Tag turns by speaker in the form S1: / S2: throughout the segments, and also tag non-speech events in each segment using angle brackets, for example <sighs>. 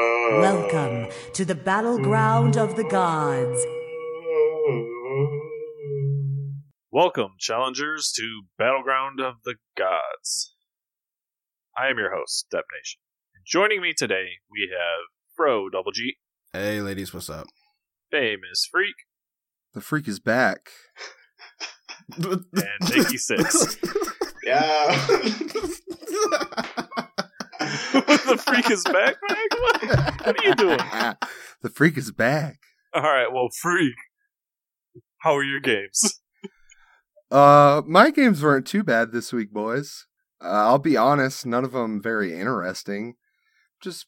S1: Welcome to the battleground of the gods.
S2: Welcome, challengers, to Battleground of the Gods. I am your host, Step Nation. And joining me today, we have Fro Double G,
S3: Hey, ladies, what's up?
S2: Famous Freak,
S3: The freak is back. <laughs> and
S2: and <laughs> Nikki Six.
S4: Yeah.
S2: <laughs> the Freak is back, man. Come on. What are you doing?
S3: The freak is back.
S2: All right, well, Freak, how are your games?
S3: Uh, my games weren't too bad this week, boys. Uh, I'll be honest, none of them very interesting. Just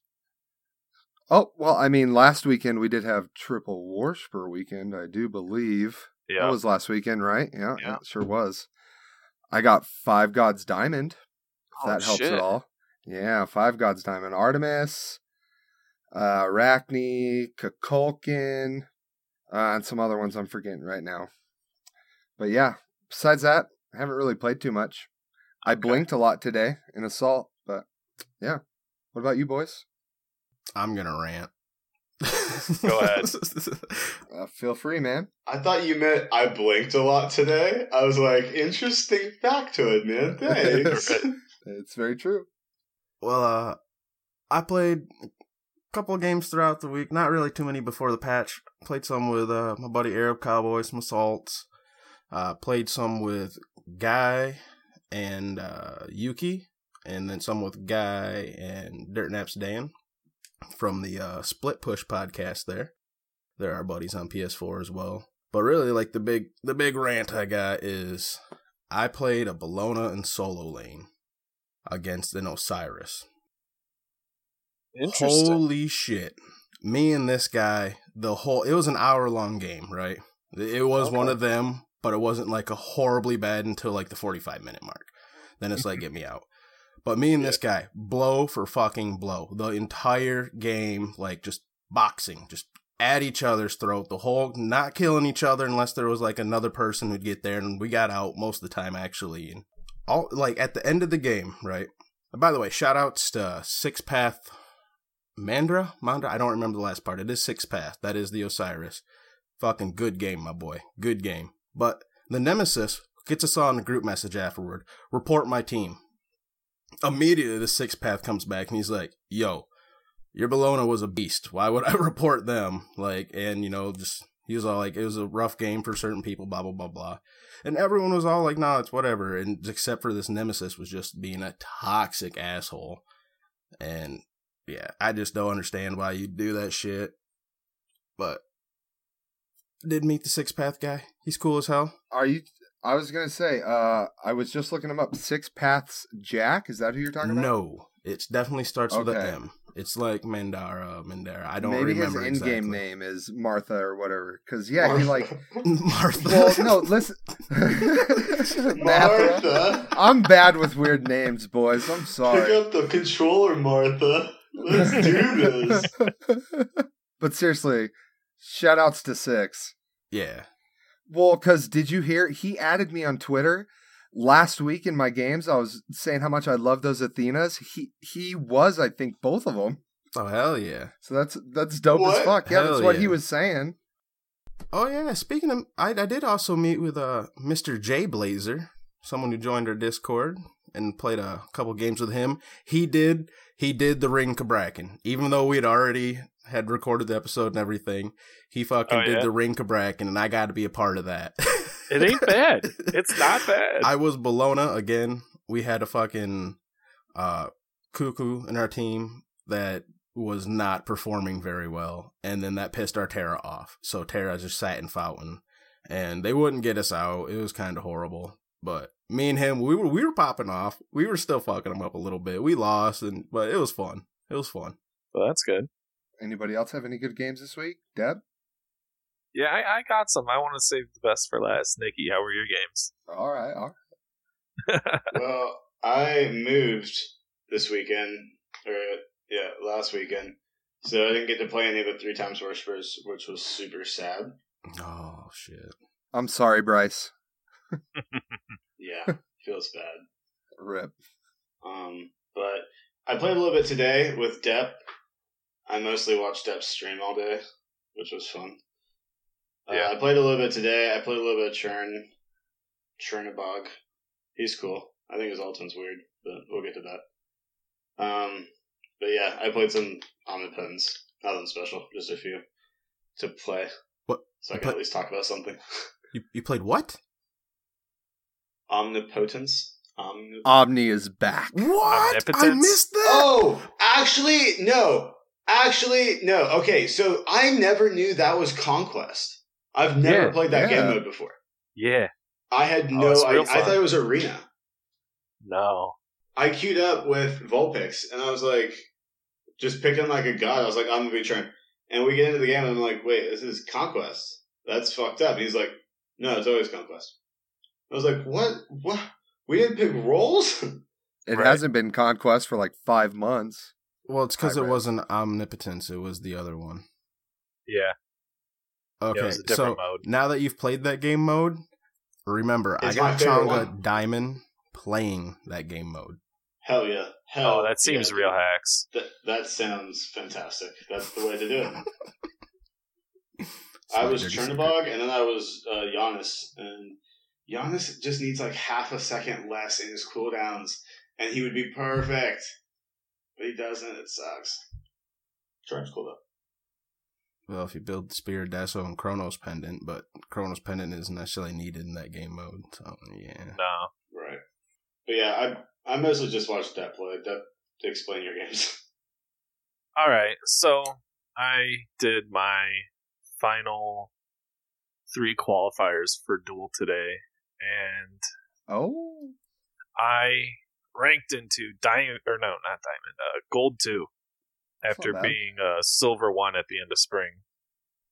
S3: oh well, I mean, last weekend we did have triple Warspur weekend, I do believe. That was last weekend, right? Yeah,
S2: Yeah.
S3: yeah, it sure was. I got Five Gods Diamond, if
S2: Oh,
S3: that helps
S2: shit.
S3: at all. Yeah, Five Gods Diamond. Artemis, uh, Arachne, Kakulkin, uh, and some other ones I'm forgetting right now. But yeah, besides that, I haven't really played too much. I blinked a lot today in Assault, but yeah. What about you, boys?
S5: I'm gonna rant.
S2: Go <laughs> ahead.
S3: Uh, feel free, man.
S4: <laughs> I thought you meant I blinked a lot today. I was like, interesting factoid,
S2: <laughs>
S4: man. Thanks.
S3: It's very true.
S5: well, uh, I played a couple of games throughout the week. Not really too many before the patch. Played some with uh, my buddy Arab Cowboy, some assaults. Uh, played some with Guy and uh, Yuki, and then some with Guy and Dirt Naps Dan from the uh, Split Push podcast. There, they're our buddies on PS4 as well. But really, like the big the big rant I got is I played a Bologna and solo lane against an Osiris. Holy shit. Me and this guy, the whole it was an hour long game, right? It was one of them, but it wasn't like a horribly bad until like the 45 minute mark. Then it's like get me out. But me and this guy, blow for fucking blow. The entire game like just boxing, just at each other's throat, the whole not killing each other unless there was like another person who'd get there and we got out most of the time actually. And all like at the end of the game, right? And by the way, shout outs to Six Path Mandra? Mandra? I don't remember the last part. It is Six Path. That is the Osiris. Fucking good game, my boy. Good game. But the Nemesis gets us all in a group message afterward. Report my team. Immediately, the Six Path comes back and he's like, yo, your Bologna was a beast. Why would I <laughs> report them? Like, and, you know, just, he was all like, it was a rough game for certain people, blah, blah, blah, blah. And everyone was all like, no, it's whatever. And except for this Nemesis was just being a toxic asshole. And yeah, I just don't understand why you do that shit. But did meet the six path guy. He's cool as hell.
S3: Are you? I was gonna say. Uh, I was just looking him up. Six Paths Jack. Is that who you're talking about?
S5: No, it definitely starts with
S3: Okay.
S5: an M. It's like Mandara, Mandara. I don't
S3: Maybe his
S5: remember
S3: in-game
S5: exactly.
S3: name is Martha or whatever. Because yeah, he like.
S5: <laughs> Martha.
S3: Well,
S5: <laughs>
S3: no, listen. <laughs> Martha.
S4: Martha.
S3: I'm bad with weird names, boys. I'm
S4: Pick
S3: sorry.
S4: up the controller, Martha. Let's
S2: <laughs>
S4: do this.
S3: <laughs> but seriously, shout outs to Six.
S5: Yeah.
S3: Well, because did you hear? He added me on Twitter last week in my games. I was saying how much I love those Athenas. He he was, I think, both of them.
S5: Oh hell yeah.
S3: So that's that's dope
S4: What?
S3: as fuck. Yeah, that's
S5: Hell
S3: what
S5: yeah.
S3: he was saying.
S5: Oh yeah. Speaking of, I I did also meet with uh Mr. J Blazer, someone who joined our Discord and played a couple games with him. He did he did the ring Cabracken, even though we had already had recorded the episode and everything. He fucking
S2: Oh, yeah?
S5: did the ring Cabracken, and I got to be a part of that.
S2: It ain't
S5: <laughs>
S2: bad. It's <laughs> not bad.
S5: I was Bologna again. We had a fucking uh, cuckoo in our team that was not performing very well, and then that pissed our Terra off. So Terra just sat in Fountain, and they wouldn't get us out. It was kind of horrible. But me and him, we were we were popping off. We were still fucking him up a little bit. We lost, and but it was fun. It was fun.
S2: Well, that's good.
S3: Anybody else have any good games this week? Deb?
S2: Yeah, I, I got some. I want to save the best for last. Nikki, how were your games? <laughs>
S3: All right. All right.
S4: well, I moved this weekend, or yeah, last weekend. So I didn't get to play any of the three times worshippers, which was super sad.
S5: Oh shit!
S3: I'm sorry, Bryce.
S4: Yeah, feels bad.
S3: Rip.
S4: Um, but I played a little bit today with Depp. I mostly watched Depp stream all day, which was fun. Uh,
S2: Yeah.
S4: I played a little bit today. I played a little bit of Churn, Chernabog. He's cool. I think his Alton's weird, but we'll get to that. Um, but yeah, I played some Omnipens. Nothing special, just a few to play.
S5: What-
S4: So I can
S5: but-
S4: at least talk about something.
S5: You, you played what?
S4: Omnipotence. Omnip-
S3: Omni is back.
S5: What? I
S2: Omnipotence?
S5: missed that.
S4: Oh, actually, no. Actually, no. Okay, so I never knew that was Conquest. I've never
S2: Yeah,
S4: played that game
S3: yeah.
S4: mode before.
S2: Yeah.
S4: I had
S2: Oh,
S4: no.
S2: it's
S4: I,
S2: real
S4: I
S2: fun.
S4: thought it was Arena.
S2: No.
S4: I queued up with Vulpix, and I was like, just picking like a god. I was like, I'm gonna be trying. And we get into the game, and I'm like, wait, this is Conquest. That's fucked up. And he's like, no, it's always Conquest. I was like, what? What? We didn't pick roles.
S3: It
S2: Right.
S3: hasn't been Conquest for like five months.
S5: Well, it's because
S3: I
S5: it
S3: read.
S5: wasn't omnipotence. It was the other one.
S2: Yeah.
S5: Okay,
S2: was a different
S5: so
S2: mode.
S5: now that you've played that game mode, remember
S4: It's
S5: I
S4: my
S5: got
S4: favorite
S5: Changa
S4: one.
S5: Diamond playing that game mode.
S4: <laughs> Hell yeah! Hell.
S2: Oh, that seems
S4: yeah,
S2: real
S4: dude.
S2: hacks.
S4: That that sounds fantastic. That's the way to do
S2: <laughs>
S4: it. I
S5: <laughs> my
S4: was
S5: dirty
S4: Chernabog, and then I was uh, Giannis, and Giannis just needs like half a second less in his cooldowns, and he would be perfect. But he doesn't. It sucks. Charge cooled up.
S5: Well, if you build Spear, Dasso, and Chronos Pendant, but Chronos Pendant isn't necessarily needed in that game mode. So yeah,
S2: No.
S4: Right. But yeah, I I mostly just watched that play. That explain your games. <laughs>
S2: All right. So I did my final three qualifiers for duel today, and
S3: Oh,
S2: I ranked into diamond or no, not diamond, uh, gold two
S3: That's
S2: after
S3: not bad.
S2: being uh, silver one at the end of spring.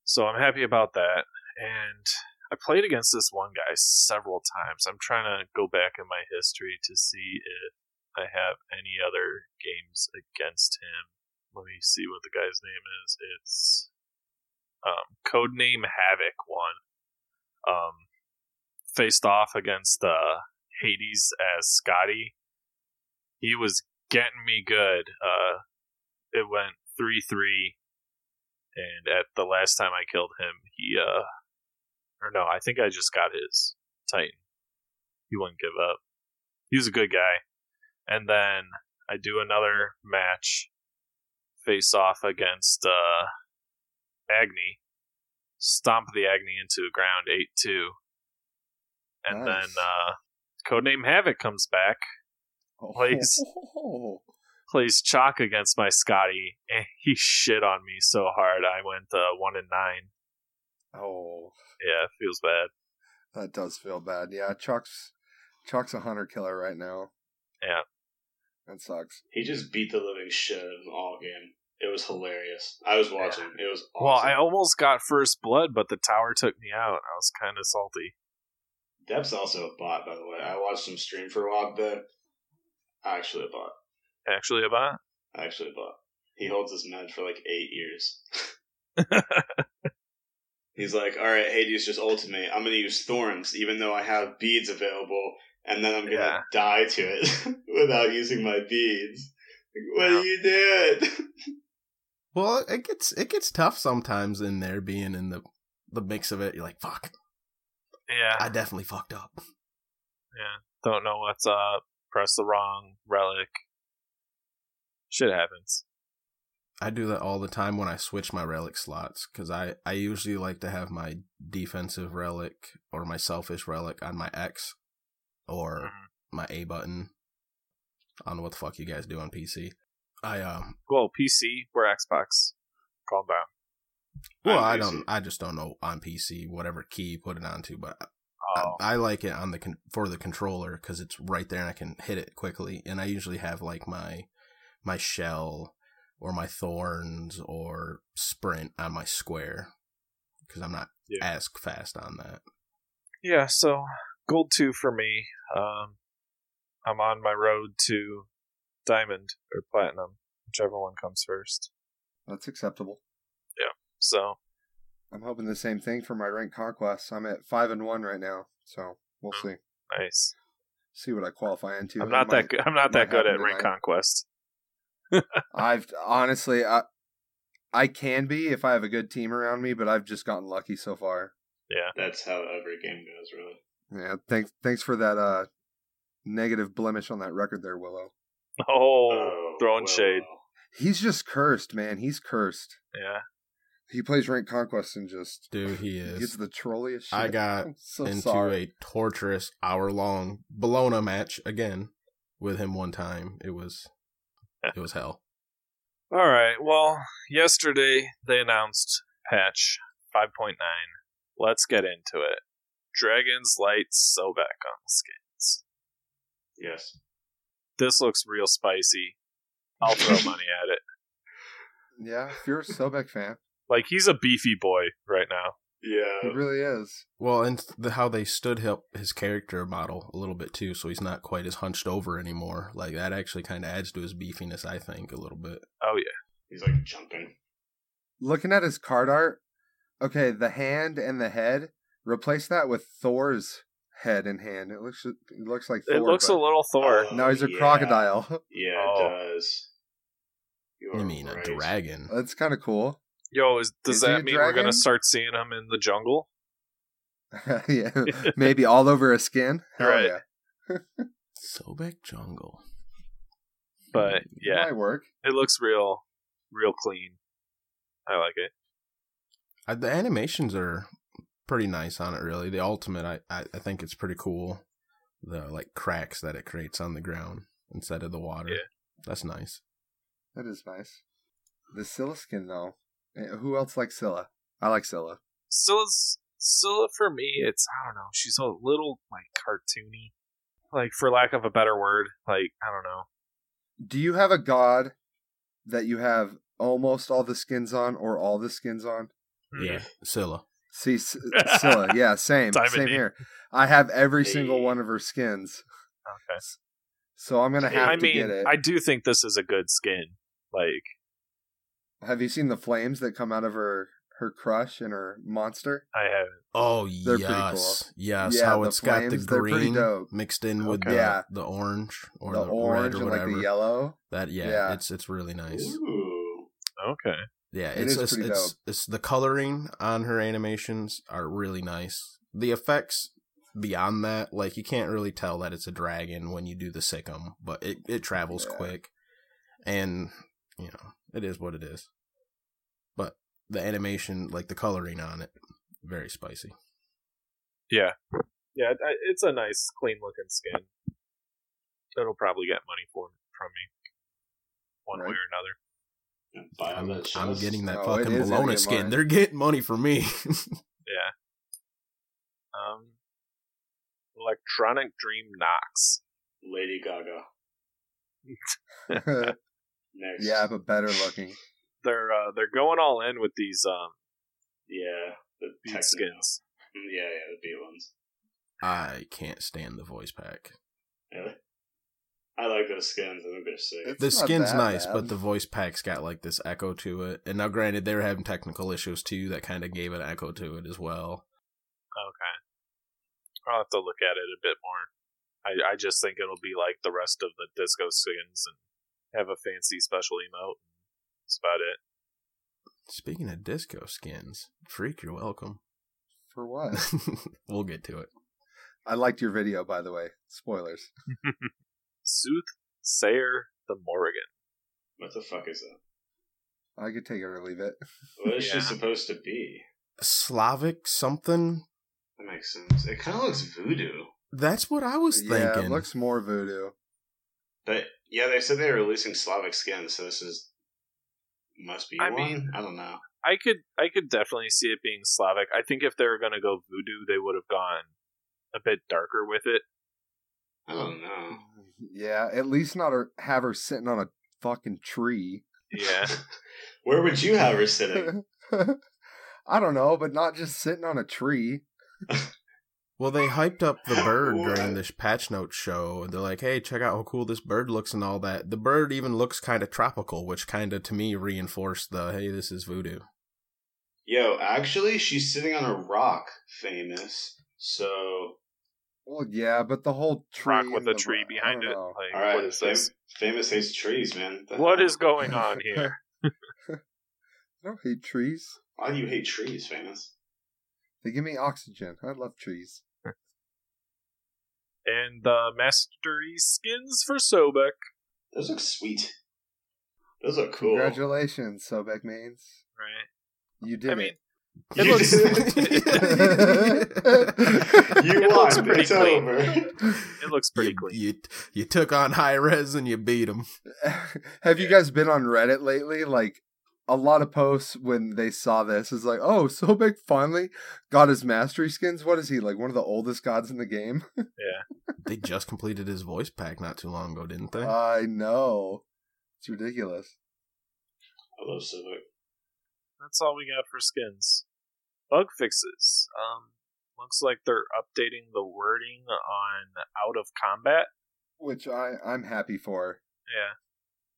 S2: So I'm happy about that. And I played against this one guy several times. I'm trying to go back in my history to see if I have any other games against him. Let me see what the guy's name is. It's um, codename Havoc one. Um, faced off against uh, Hades as Scotty. He was getting me good. Uh, it went three three, and at the last time I killed him, he uh, or no, I think I just got his Titan. He wouldn't give up. He was a good guy. And then I do another match, face off against uh, Agni. Stomp the Agni into the ground eight two, and
S3: Nice.
S2: then uh, codename Havoc comes back, Please.
S3: Oh.
S2: plays chalk against my Scotty, and he shit on me so hard. I went uh, one and nine.
S3: <laughs> Oh,
S2: Yeah, it feels bad.
S3: that does feel bad. Yeah, Chuck's Chuck's a hunter killer right now.
S2: Yeah.
S3: that sucks.
S4: He just beat the living shit out of them all game. It was hilarious. I was watching. It was awesome.
S2: Well, I almost got first blood, but the tower took me out. I was kind of salty.
S4: Depp's also a bot, by the way. I watched him stream for a while, but actually a bot.
S2: Actually, about
S4: Actually a bot. He holds his med for like eight
S2: <laughs>
S4: years. He's like, all right, Hades just ultimate. I'm going to use thorns, even though I have beads available, and then I'm going to
S2: Yeah.
S4: die to it <laughs> without using my beads. Like, what
S2: Yeah.
S4: are you doing? <laughs>
S5: Well, it gets it gets tough sometimes in there being in the the mix of it. You're like, fuck,
S2: yeah,
S5: I definitely fucked up.
S2: don't know what's up. Press the wrong relic. Shit happens.
S5: I do that all the time when I switch my relic slots because I, I usually like to have my defensive relic or my selfish relic on my X or
S2: Mhm.
S5: my A button. I don't know what the fuck you guys do on PC. I um
S2: Well, PC, we're Xbox. Calm down.
S5: well
S4: On
S5: I
S4: PC.
S5: don't I just don't know on PC whatever key you put it onto, but
S2: Oh,
S5: I, I like it on the con- for the controller because it's right there and I can hit it quickly. And I usually have like my my shell or my thorns or sprint on my square because I'm not
S2: Yeah.
S5: as fast on that.
S2: yeah. So gold two for me. Um, I'm on my road to diamond or platinum, whichever one comes first.
S3: That's acceptable.
S2: So
S3: I'm hoping the same thing for my rank conquest. I'm at five and one right now, so we'll see.
S2: nice.
S3: See what I qualify into.
S2: Hmm. I'm
S3: It
S2: not
S3: might-
S2: that. Good, I'm not
S3: might
S2: that good
S3: happen
S2: at rank
S3: tonight.
S2: conquest.
S3: I've honestly, I, I can be if I have a good team around me, but I've just gotten lucky so far.
S2: Yeah.
S4: That's how every game goes, really.
S3: Yeah, thanks thanks for that uh negative blemish on that record there, Willow.
S2: <laughs> Oh, throwing shade.
S3: He's just cursed, man. He's cursed.
S2: Yeah.
S3: He plays rank conquest and just
S5: Dude, he
S3: gets
S5: is
S3: the trolliest shit.
S5: I got
S3: <laughs> I'm so
S5: into
S3: sorry.
S5: a torturous hour long Bologna match again with him one time. It was it was hell.
S2: All right. Well, yesterday they announced patch 5.9. Let's get into it. Dragon's Light Sobek on the skins.
S4: Yes.
S2: This looks real spicy. I'll
S3: <laughs>
S2: throw money at it.
S3: Yeah, if you're a Sobek fan,
S2: Like he's a beefy boy right now.
S5: <laughs>
S3: he
S2: <laughs>
S4: Yeah.
S3: really is.
S5: Well, and the, how they stood up his character model a little bit too, so he's not quite as hunched over anymore. Like that actually kind of adds to his beefiness, I think, a little bit.
S2: Oh yeah.
S4: He's like jumping.
S3: Looking at his card art, okay, the hand and the head. Replace that with Thor's head and hand. It looks it looks like Thor.
S2: it looks a
S3: but
S2: little Thor.
S4: Oh,
S3: Now he's a
S4: yeah.
S3: crocodile. <laughs>
S4: Yeah,
S2: Oh.
S4: it does. You
S5: I
S4: are
S5: mean,
S4: Oh, right.
S5: a dragon.
S3: That's kind of cool. <laughs>
S2: Yo, is, does
S3: Is he
S2: that
S3: a
S2: mean we're
S3: dragon?
S2: gonna start seeing him in the jungle? <laughs>
S3: yeah, maybe all over his skin. Hell
S2: Right.
S3: yeah.
S5: Sobek Jungle.
S2: But yeah,
S3: might work.
S2: it looks real, real clean. I like it.
S5: Uh, the animations are pretty nice on it. Really, the ultimate, I, I I think it's pretty cool. The like cracks that it creates on the ground instead of the water.
S2: Yeah.
S5: That's nice.
S3: That is nice. The Scylla skin though. Eh, Who else likes Scylla? I like Scylla.
S2: Scylla's Scylla for me, it's I don't know. She's a little like cartoony, like for lack of a better word. Like I don't know.
S3: Do you have a god that you have almost all the skins on or all the skins on?
S2: Hmm.
S5: Scylla.
S3: See,
S2: <laughs>
S3: S- Scylla. Yeah, same.
S2: Diamond
S3: same
S2: knee.
S3: here. I have every single
S4: Hey.
S3: one of her skins.
S2: Okay.
S3: So I'm going to have
S2: I
S3: to
S2: mean,
S3: get it.
S2: I do think this is a good skin. Like
S3: Have you seen the flames that come out of her her crush and her monster?
S2: I haven't.
S5: Oh
S3: They're pretty
S5: yes, yes.
S3: Yeah,
S5: how
S3: the
S5: it's got the
S3: flames, they're pretty
S5: green
S3: dope.
S5: mixed in with
S2: Okay.
S5: the,
S3: Yeah.
S5: the orange or
S3: the,
S5: the,
S3: orange and
S5: red or
S3: like
S5: whatever.
S3: the yellow. <laughs>
S5: That yeah,
S3: Yeah.
S5: it's it's really nice.
S4: Ooh.
S2: Okay.
S5: Yeah,
S3: It
S5: it's
S3: is
S5: it's,
S3: pretty
S5: it's,
S3: dope.
S5: it's the coloring on her animations are really nice. The effects beyond that, like you can't really tell that it's a dragon when you do the sickum, but it it travels
S3: Yeah.
S5: quick, and you know it is what it is. But the animation, like the coloring on it, very spicy.
S2: Yeah, I- it's a nice, clean looking skin. It'll probably get money for from me, one way
S3: Right.
S2: or another.
S4: Buy all
S5: I'm,
S4: that
S5: I'm
S4: shit.
S5: getting that
S3: Oh, it
S5: fucking
S3: is gonna
S5: Bologna
S3: get
S5: skin.
S3: mine.
S5: They're getting money from me. <laughs>
S2: Yeah. Um. Electronic Dream Knox.
S4: Lady Gaga. Next.
S3: yeah, but better looking.
S2: They're uh, they're going all in with these um
S4: Yeah. The
S2: these
S4: techno.
S2: skins.
S4: Mm, Yeah, yeah, the B ones.
S5: I can't stand the voice pack.
S4: Really? I like those skins. I think they're sick.
S3: It's-
S5: the
S3: not
S5: skin's
S3: that
S5: nice,
S3: bad.
S5: but the voice pack's got like this echo to it. And now, granted, they were having technical issues too that kind of gave an echo to it as well.
S2: Okay. I'll have to look at it a bit more. I I just think it'll be like the rest of the disco skins and have a fancy special emote. That's about it.
S5: Speaking of disco skins, freak, you're welcome.
S3: <laughs>
S5: <laughs>
S3: For what?
S5: we'll get to it.
S3: I liked your video, by the way. Spoilers.
S2: Soothsayer the Morrigan.
S4: what the fuck is that?
S3: I could take it or leave it.
S4: What is
S2: Yeah.
S4: she supposed to be?
S5: Slavic something.
S4: That makes sense. It kind of looks voodoo.
S5: That's what I was
S3: yeah,
S5: thinking.
S3: it looks more voodoo.
S4: But yeah, they said they were releasing Slavic skins, so this is must be
S2: I
S4: one.
S2: mean-
S4: I don't know.
S2: I could I could definitely see it being Slavic. I think if they were gonna go voodoo, they would have gone a bit darker with it.
S4: I don't know.
S3: Yeah, at least not her, have her sitting on a fucking tree. <laughs>
S2: Yeah.
S4: <laughs>
S2: <laughs>
S4: Where would you have her sitting?
S3: I don't know, but not just sitting on a tree.
S5: Well, they hyped up the bird
S4: What?
S5: during this patch note show, and they're like, "Hey, check out how cool this bird looks and all that." The bird even looks kind of tropical, which kind of to me reinforced the "Hey, this is voodoo."
S4: Yo, actually, she's sitting on a rock, famous. So, all
S3: Well, yeah, but the whole tree.
S2: Rock with
S3: and
S2: a
S3: the-
S2: tree
S3: I
S2: behind
S3: don't
S2: it.
S3: know.
S2: Like
S4: right,
S2: what is
S4: <laughs> fam-
S2: this?
S4: famous hates trees, man. The
S2: What <laughs>
S4: hell?
S2: is going on here?
S3: <laughs> I don't hate trees.
S4: Why do you hate trees, famous?
S3: They give me oxygen. I love trees.
S2: And the mastery skins for Sobek.
S4: Those look sweet. Those look cool.
S3: Congratulations, Sobek Mains.
S2: Right.
S3: You did
S2: I mean,
S4: You
S2: it looks. <laughs>
S4: did <laughs> <laughs>
S3: it. <laughs>
S4: You
S2: It
S4: won.
S2: looks pretty
S4: it's
S2: clean.
S4: over.
S2: <laughs> it looks pretty
S5: <laughs> you,
S2: clean.
S5: You, you took on high res and you beat them.
S3: <laughs> Have you guys been on Reddit lately? Like a lot of posts when they saw this is like, oh, Sobek finally got his mastery skins. What is he like? One of the oldest gods in the game.
S5: They just completed his voice pack not too long ago, didn't they?
S3: I know. It's ridiculous.
S4: I love Civic.
S2: That's all we got for skins. Bug fixes. Um, looks like they're updating the wording on out of combat.
S3: Which I I'm happy for,
S2: Yeah.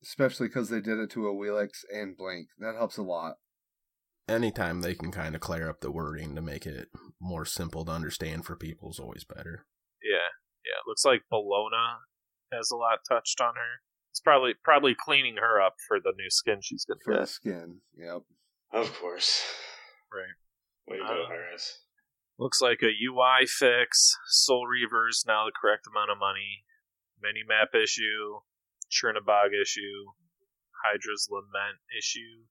S3: especially because they did it to a Wheelix and Blink. That helps a lot.
S5: Anytime they can kind of clear up the wording to make it more simple to understand for people is always better.
S2: Yeah, yeah. It looks like Bologna has a lot touched on her. It's probably probably cleaning her up for the new skin she's gonna
S3: For the
S2: get.
S3: skin. Yep.
S4: Of course.
S2: Right.
S4: Way to
S2: Uh,
S4: go, Harris.
S2: Looks like a UI fix. Soul Reaver's now the correct amount of money. Mini map issue. Chernobog issue. Hydra's Lament issue.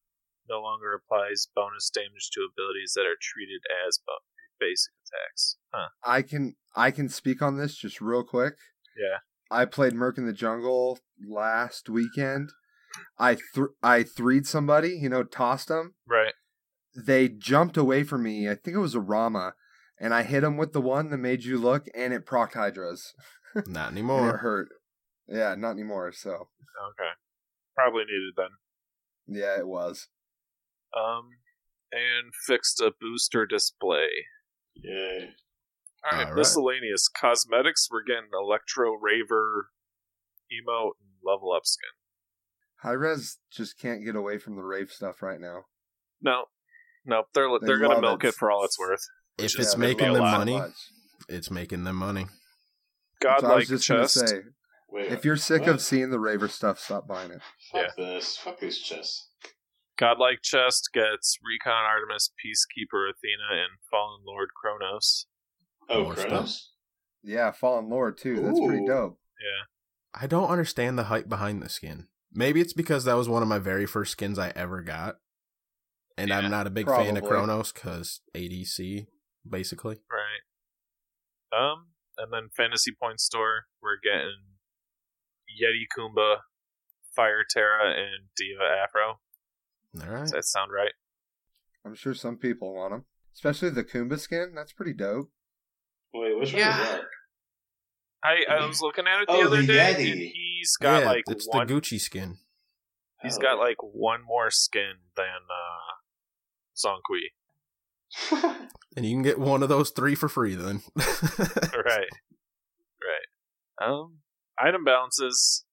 S2: No longer applies bonus damage to abilities that are treated as bu- basic attacks. Huh.
S3: I can I can speak on this just real quick.
S2: Yeah.
S3: I played Merc in the Jungle last weekend. I th- I threed somebody, you know, tossed them.
S2: Right.
S3: They jumped away from me. I think it was a Rama, and I hit him with the one that made you look, and it proc Hydras.
S5: Not
S3: And it
S5: anymore.
S3: hurt. Yeah, not anymore. So
S2: Okay. Probably needed then.
S3: yeah, it was.
S2: Um, and fixed a booster display.
S4: Yay.
S2: All right,
S5: All right.
S2: miscellaneous cosmetics. We're getting electro raver, emote, and level up skin.
S3: High res just can't get away from the rave stuff right now.
S2: No, no, they're
S3: They
S2: they're gonna
S3: love
S2: milk
S3: it.
S2: it. for all it's worth.
S5: If
S2: Yeah,
S5: it's
S2: they
S5: making
S2: love
S5: them
S2: it.
S5: money,
S3: Much.
S5: it's making them money.
S3: So I was
S2: Godlike
S3: just gonna
S2: chest.
S3: say,
S4: Wait.
S3: if you're sick
S4: what?
S3: of seeing the raver stuff, stop buying it.
S4: Fuck this. Fuck these chests.
S2: Godlike chest gets Recon Artemis, Peacekeeper Athena, and Fallen Lord Kronos.
S4: Oh,
S5: More
S4: Kronos?
S3: Yeah, Fallen Lord too. That's pretty
S4: Ooh.
S3: dope.
S2: Yeah,
S5: I don't understand the hype behind the skin. Maybe it's because that was one of my very first skins I ever got. And
S2: Yeah,
S5: I'm not a big fan of
S3: probably.
S5: Kronos because ADC, basically.
S2: right. Um, and then Fantasy Point Store. We're getting Yeti Kumba, Fire Terra, and Diva Afro.
S5: All right.
S2: Does that sound right?
S3: I'm sure some people want them, especially the Kumba skin. That's pretty dope.
S4: Wait, which one is
S2: Yeah.
S4: that?
S2: I, I was looking at it the
S4: Oh,
S2: other
S4: the
S2: day,
S4: Yeti.
S2: and he's got
S5: yeah,
S2: like
S5: it's
S2: one.
S5: the Gucci skin.
S2: He's
S4: Oh.
S2: got like one more skin than uh, Zonkui.
S5: And you can get one of those three for free then. <laughs>
S2: <laughs> Right, right. Um, item balances.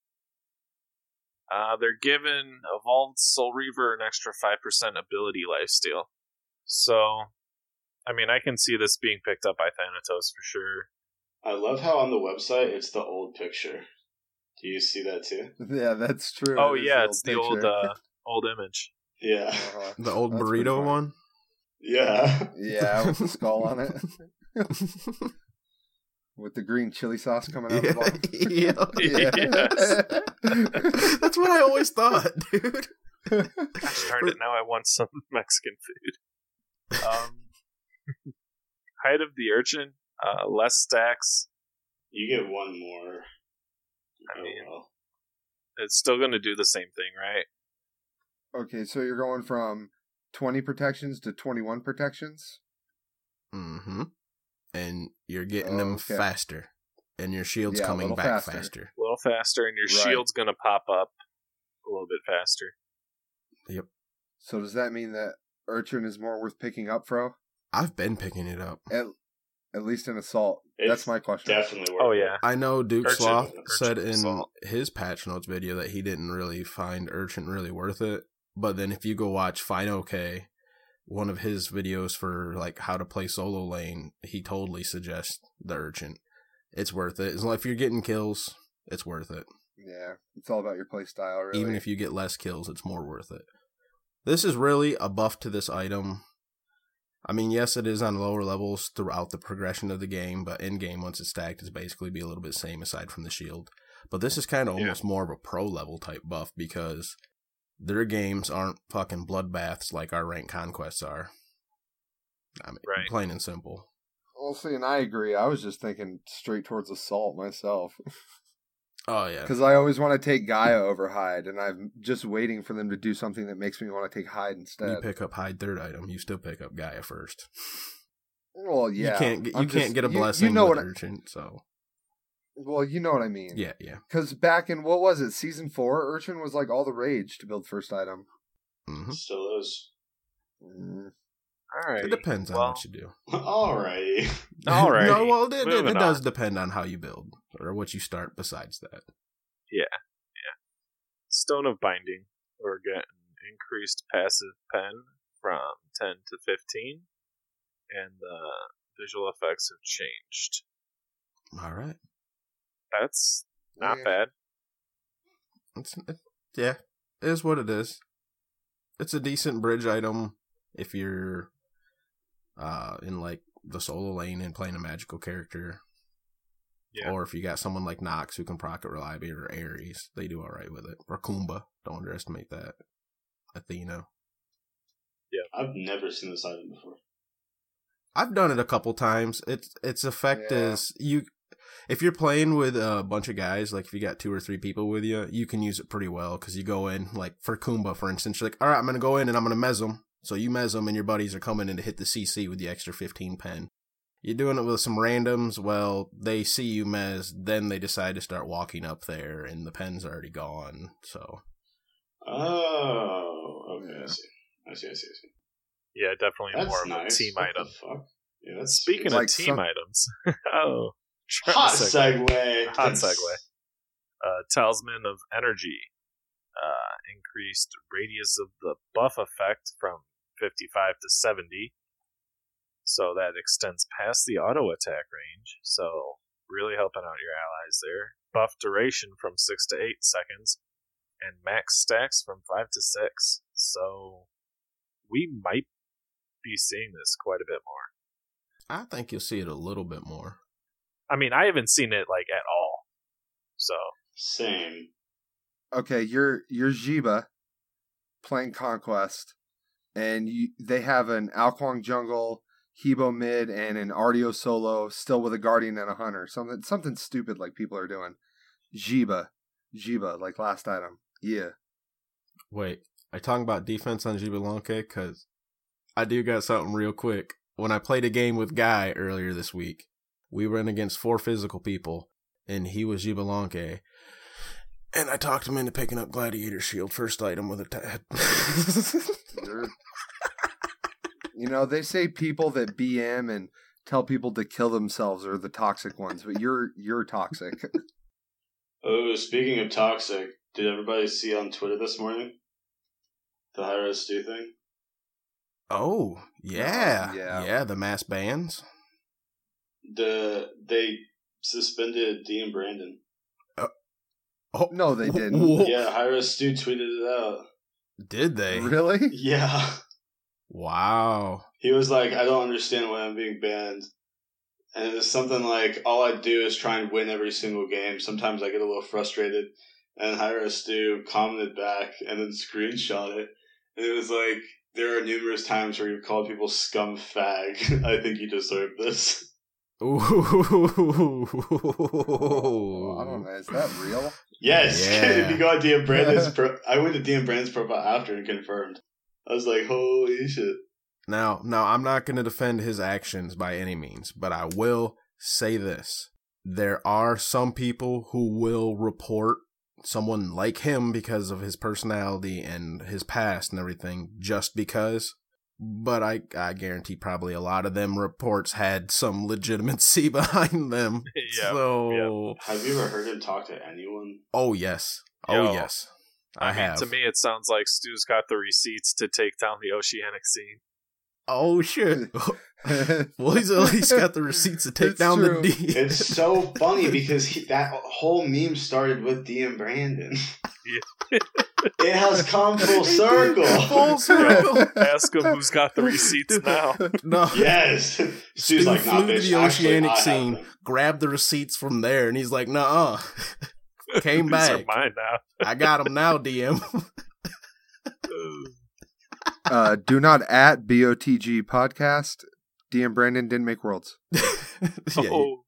S2: Uh, they're given evolved Soul Reaver an extra five percent ability lifesteal. So, I mean, I can see this being picked up by Thanatos for sure.
S4: <laughs> I love how on the website it's the old picture. Do you see that too?
S3: <laughs> Yeah, that's true.
S2: Oh
S3: It is
S2: yeah, it's the old
S3: picture.
S2: uh, old image.
S4: Yeah. <laughs>
S3: Uh-huh.
S5: the old
S3: That's pretty
S5: burrito
S3: funny.
S5: one.
S4: Yeah.
S3: Yeah, with the skull on
S5: <laughs>
S3: it, with the green chili sauce coming out. of
S5: <laughs> yeah.
S3: the bottom. Yeah.
S5: <laughs> That's what I always thought, <laughs> dude. <laughs>
S2: Darn it, now I want some <laughs> Mexican food. Um, <laughs> height of the urchin, uh, less stacks.
S4: You get one more.
S2: I mean-
S4: oh, well.
S2: It's still going to do the same thing, right?
S3: okay, so you're going from 20 protections to 21 protections.
S5: Mm-hmm. And you're getting them
S3: Okay.
S5: faster. And your shield's
S3: Yeah, a
S5: coming
S3: little
S5: back
S3: faster.
S5: faster.
S2: A little faster, and your
S3: Right.
S2: shield's going to pop up a little bit faster.
S3: So does that mean that Urchin is more worth picking up, Fro?
S5: I've been picking it up.
S3: At at least in assault.
S4: It's
S3: that's my question.
S4: Definitely worth
S2: Oh,
S4: it.
S2: yeah.
S5: I know Duke
S2: Urchin-
S5: Sloth
S2: Urchin
S5: said in
S2: Assault.
S5: his patch notes video that he didn't really find Urchin really worth it. But then if you go watch Fine OK, one of his videos for like how to play solo lane, he totally suggests the Urchin. It's worth it. As long if you're getting kills, it's worth it.
S3: Yeah, it's all about your play style, really.
S5: Even if you get less kills, it's more worth it. This is really a buff to this item. I mean, yes, it is on lower levels throughout the progression of the game, but in game, once it's stacked, it's basically be a little bit same aside from the shield. But this is kind of
S2: Yeah.
S5: almost more of a pro level type buff because their games aren't fucking bloodbaths like our rank conquests are. I mean,
S2: Right.
S5: plain and simple.
S3: Well, see, and I agree. I was just thinking straight towards assault myself
S5: Oh yeah,
S3: because I always want to take Gaia over Hyde, and I'm just waiting for them to do something that makes me want to take Hyde instead.
S5: you pick up hide third item, you still pick up Gaia first. <laughs>
S3: well, yeah,
S5: you can't get you
S3: I'm
S5: can't
S3: just-
S5: get a
S3: you-
S5: blessing.
S3: You, know
S5: with
S3: what? I,
S5: urchin, so
S3: well, you know what I mean.
S5: yeah, yeah.
S3: Because back in what was it, season four, Urchin was like all the rage to build first item.
S4: Mm-hmm.
S5: hmm
S4: <laughs> Still is.
S3: Mm.
S2: All right.
S5: It depends on
S2: well,
S5: what
S2: <laughs>
S5: you do.
S4: <laughs> Alrighty.
S5: <laughs>
S2: Alrighty.
S5: no, well, it, it, it
S2: Moving
S5: does depend on how you build or what you start. Besides that,
S2: Stone of Binding. We're getting increased passive pen from 10 to 15, and the visual effects have changed.
S5: all right.
S2: That's not
S5: Ah,
S3: Yeah.
S2: bad.
S5: It's, it, yeah, it is what it is. It's a decent bridge item if you're uh in like the solo lane and playing a magical character.
S2: Yeah.
S5: Or if you got someone like Nox who can proc it reliably or Ares, they do alright with it. Or Kumba, don't underestimate that. Athena.
S4: I've never seen this item before.
S5: I've done it a couple times. It's its effect
S3: Yeah.
S5: is you if you're playing with a bunch of guys, like if you got two or three people with you, you can use it pretty well because you go in like for Kumba, for instance, you're like, all right, I'm gonna go in and I'm gonna mez them. So you mez them and your buddies are coming in to hit the CC with the extra 15 pen. You're doing it with some randoms. Well, they see you mez, then they decide to start walking up there, and the pen's already gone. So
S4: Oh, okay.
S3: Yeah.
S4: I see. I see. I see. I see.
S2: Yeah, definitely
S4: That's
S2: more of
S4: nice.
S2: a team
S4: What the
S2: item.
S4: fuck? Yeah, that's
S2: Speaking
S3: Like
S2: of team
S3: some-
S2: items, <laughs> oh, trying to
S4: hot
S2: <laughs> segue.
S4: segue.
S2: Hot segue. uh, Talisman of Energy. Uh, increased radius of the buff effect from 55 to 70. So that extends past the auto attack range. So really helping out your allies there. Buff duration from 6 to 8 seconds. And max stacks from 5 to 6. So we might be seeing this quite a bit more.
S5: I think you'll see it a little bit more.
S2: I mean, I haven't seen it like at all. So
S4: Same.
S3: Okay, you're you're Jiba playing Conquest, and you, they have an Alquang jungle, Hebo mid, and an Ardeo solo, still with a guardian and a hunter. Something something stupid like people are doing. Jiba, Jiba, like last item. Yeah,
S5: Wait, are you talking about defense on Jibilanke? Because I do got something real quick. When I played a game with Guy earlier this week, we ran against four physical people, and he was Jibilanke. And I talked him into picking up Gladiator Shield, first item with a tad.
S3: You're- you know they say people that BM and tell people to kill themselves are the toxic ones, but you're you're toxic.
S4: Oh, speaking of toxic, did everybody see on Twitter this morning the high res stew thing?
S5: <laughs> oh, yeah.
S3: Yeah.
S5: yeah. the mass bans.
S4: The they suspended Dean Brandon.
S5: Oh,
S3: No, they didn't.
S5: Whoa.
S4: Yeah, high res stew tweeted it out.
S5: Did they?
S3: Really?
S4: Yeah,
S5: Wow. <laughs>
S4: he was like, I don't understand why I'm being banned. And it was something like, all I do is try and win every single game. Sometimes I get a little frustrated. And high res stew commented back and then screenshot it. And it was like, there are numerous times where you've called people scum fag. <laughs> I think you deserve this.
S5: Ooh.
S3: Oh, I don't know. Is that real?
S4: Yes, <laughs>
S5: Yeah.
S4: if you go on DM Brandon's pro- I went to DM Brandon's profile after and confirmed. I was like, holy shit.
S5: Now, now I'm not going to defend his actions by any means, but I will say this. There are some people who will report someone like him because of his personality and his past and everything just because but I, I guarantee probably a lot of them reports had some legitimacy <laughs> behind them.
S2: Yeah,
S5: so,
S4: Have you ever heard him talk to anyone?
S5: oh yes, oh
S2: Yo.
S5: yes, I,
S2: mean,
S5: have.
S4: <laughs>
S2: To me, it sounds like Stu's got the receipts to take down the oceanic scene.
S5: oh shit. <laughs> well, he's at least got the receipts to take
S3: It's
S5: down
S3: true.
S5: the D.
S4: It's so funny because he, that whole meme started with DM Brandon. it has come full
S3: <laughs>
S4: circle.
S5: <laughs> Full circle.
S2: Ask him who's got the receipts now.
S5: <laughs> No.
S4: yes.
S5: Dude
S4: She's like, nah,
S5: flew to
S4: bitch, actually,
S5: the
S4: I
S5: oceanic
S4: have
S5: scene,
S4: them."
S5: grabbed the receipts from there, and he's like, "Nah, <laughs> came
S2: These
S5: back.
S2: are mine now.
S5: I got them now, DM."
S3: uh, do not at BOTG podcast. DM Brandon didn't make worlds.
S5: <laughs> yeah, you-
S2: oh,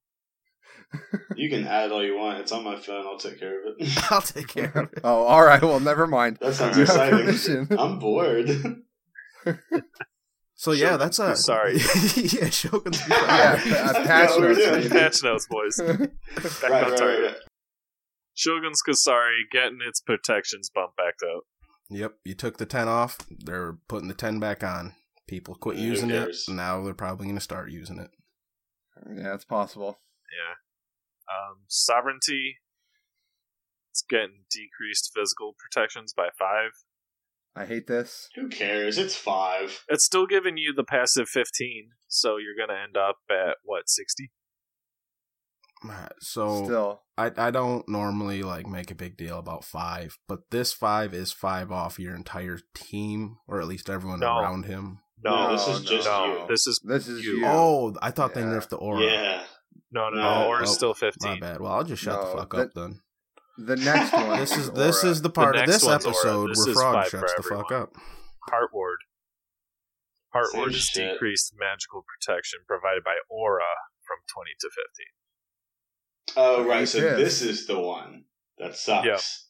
S4: You can add it all you want. It's on my phone. I'll take care of it. <laughs>
S5: <laughs> I'll
S3: <laughs>
S5: take care of it.
S3: Oh, all right. Well, never
S5: <laughs>
S3: mind.
S4: That sounds
S3: You have
S4: exciting.
S3: permission.
S4: I'm bored.
S5: So yeah, that's a
S2: Sorry.
S5: <laughs>
S4: <laughs>
S5: yeah, Shogun's be
S3: <laughs> Yeah,
S5: sorry.
S3: uh, patch
S4: That's what we're
S3: notes,
S4: doing.
S3: baby.
S2: patch notes,
S4: <laughs>
S2: boys. Back
S4: right,
S2: on
S4: right,
S2: target.
S4: right, right.
S2: Shogun's Kasari getting its protections bumped back up.
S5: Yep, you took the ten off. They're putting the ten back on. People quit
S4: Who
S5: using it.
S4: cares?
S5: Now they're probably going to start using it.
S3: Yeah, it's possible.
S2: Yeah. Um, sovereignty. It's getting decreased physical protections by five.
S3: I hate this.
S4: Who cares? It's five.
S2: It's still giving you the passive fifteen, so you're gonna end up at what sixty?
S5: Alright, So
S3: Still,
S5: I I don't normally like make a big deal about five, but this five is five off your entire team, or at least everyone
S2: No.
S5: around him.
S2: No,
S4: No, this is just
S2: no.
S4: you.
S2: This is
S3: this is
S2: You.
S3: you.
S5: Oh, I thought they
S3: Yeah.
S5: nerfed the aura.
S4: Yeah.
S2: no, no.
S4: No,
S2: no or it's
S5: no.
S2: still
S5: My
S2: fifteen.
S5: bad. Well, I'll just shut
S3: No,
S5: the fuck
S3: that-
S5: up
S3: <laughs>
S5: then.
S3: The
S5: <laughs>
S3: next one.
S5: This is this
S3: Aura.
S5: is the part of
S2: next
S5: this
S2: one's aura.
S5: episode
S2: This
S5: where
S2: is
S5: Frog
S2: five
S5: shuts
S2: for
S5: the fuck
S2: everyone.
S5: up.
S2: Heart ward. Heart
S4: Same
S2: ward is
S4: shit.
S2: decreased magical protection provided by aura from twenty to fifteen.
S4: Oh,
S3: Like
S4: right.
S3: it
S4: So
S3: is.
S4: this is the one that sucks.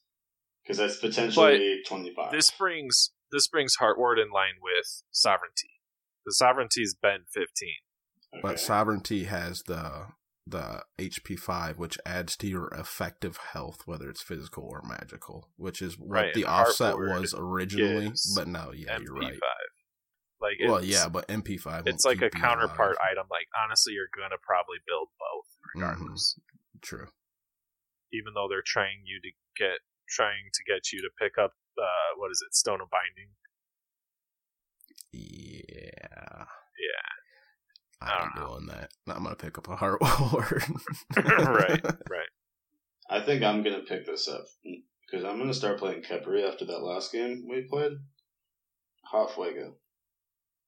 S4: Because that's potentially 25.
S2: This brings this brings heart ward in line with sovereignty. The sovereignty's been fifteen.
S4: Okay.
S5: But sovereignty has the the HP five, which adds to your effective health, whether it's physical or magical, which is what
S2: Right,
S5: the
S2: and Heart
S5: offset
S2: Ward
S5: was originally.
S2: is
S5: But no, yeah,
S2: MP5.
S5: you're right.
S2: Like, it's,
S5: Well, yeah, but MP five.
S2: it's like a counterpart item. Like, honestly, you're gonna probably build both
S5: Mm-hmm.
S2: regardless.
S5: True.
S2: Even though they're trying you to get, trying to get you to pick up, uh, what is it, Stone of
S5: <laughs>
S2: Binding?
S5: Yeah.
S2: Yeah.
S5: I ain't
S2: I don't
S5: doing that. I'm gonna pick up a heart <laughs> ward.
S2: <laughs> right, right.
S4: I think I'm going to pick this up. Because I'm going to start playing Kepri after that last game we played. Hot Fuego.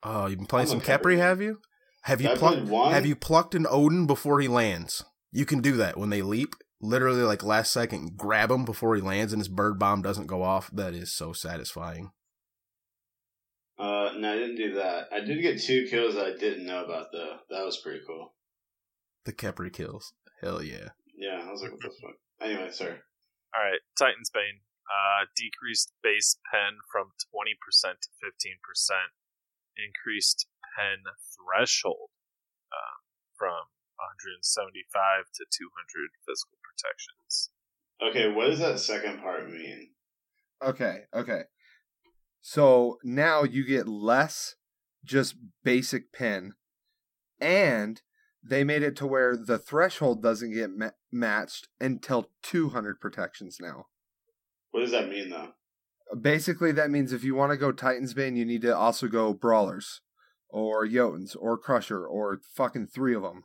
S5: Oh, you've been playing
S4: I'm
S5: some
S4: a Capri.
S5: Capri, have you? Have you
S4: I
S5: plucked?
S4: played one.
S5: Have you plucked an Odin before he lands? You can do that when they leap. Literally, like last second, grab him before he lands, and his bird bomb doesn't go off. That is so satisfying.
S4: Uh, no, I didn't do that. I did get two kills that I didn't know about, though. That was pretty cool.
S5: The Capri kills. Hell yeah.
S4: Yeah, I was like, what the fuck? Anyway, sorry.
S2: All right, Titan's Bane. Uh, decreased base pen from twenty percent to fifteen percent. Increased pen threshold um, from 175 to 200 physical protections.
S4: Okay, what does that second part mean?
S3: Okay, okay. So now you get less just basic pen, and they made it to where the threshold doesn't get ma- matched until 200 protections now.
S4: What does that mean, though?
S3: Basically, that means if you want to go Titan's Bane, you need to also go Brawlers, or Jotuns, or Crusher, or fucking three of them.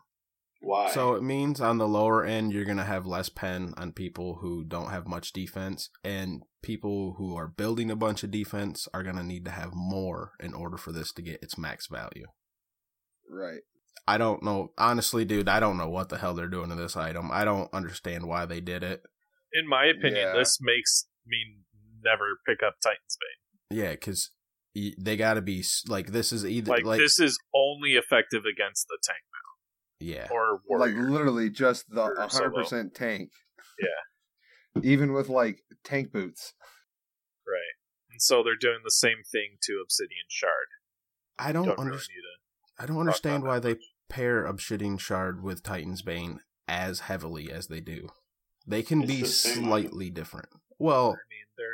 S4: Why?
S5: So it means on the lower end, you're going to have less pen on people who don't have much defense, and people who are building a bunch of defense are going to need to have more in order for this to get its max value.
S3: Right.
S5: I don't know. Honestly, dude, I don't know what the hell they're doing to this item. I don't understand why they did it.
S2: In my opinion,
S3: Yeah.
S2: this makes me never pick up Titan's Bane.
S5: Yeah, because they got to be s- like, this is either
S2: like,
S5: like,
S2: this is only effective against the tank
S5: yeah.
S2: or warrior.
S3: Like literally just the
S2: Or solo.
S3: 100% tank. Yeah. <laughs> Even with like tank boots.
S2: right. And so they're doing the same thing to Obsidian Shard.
S5: I
S2: Don't,
S5: don't,
S2: really
S5: understand.
S2: need it.
S5: I don't understand
S2: that
S5: why they pair Obsidian Shard with Titan's Bane as heavily as they do. They can
S4: It's
S5: be
S4: the same
S5: slightly different. Well,
S2: I mean, they're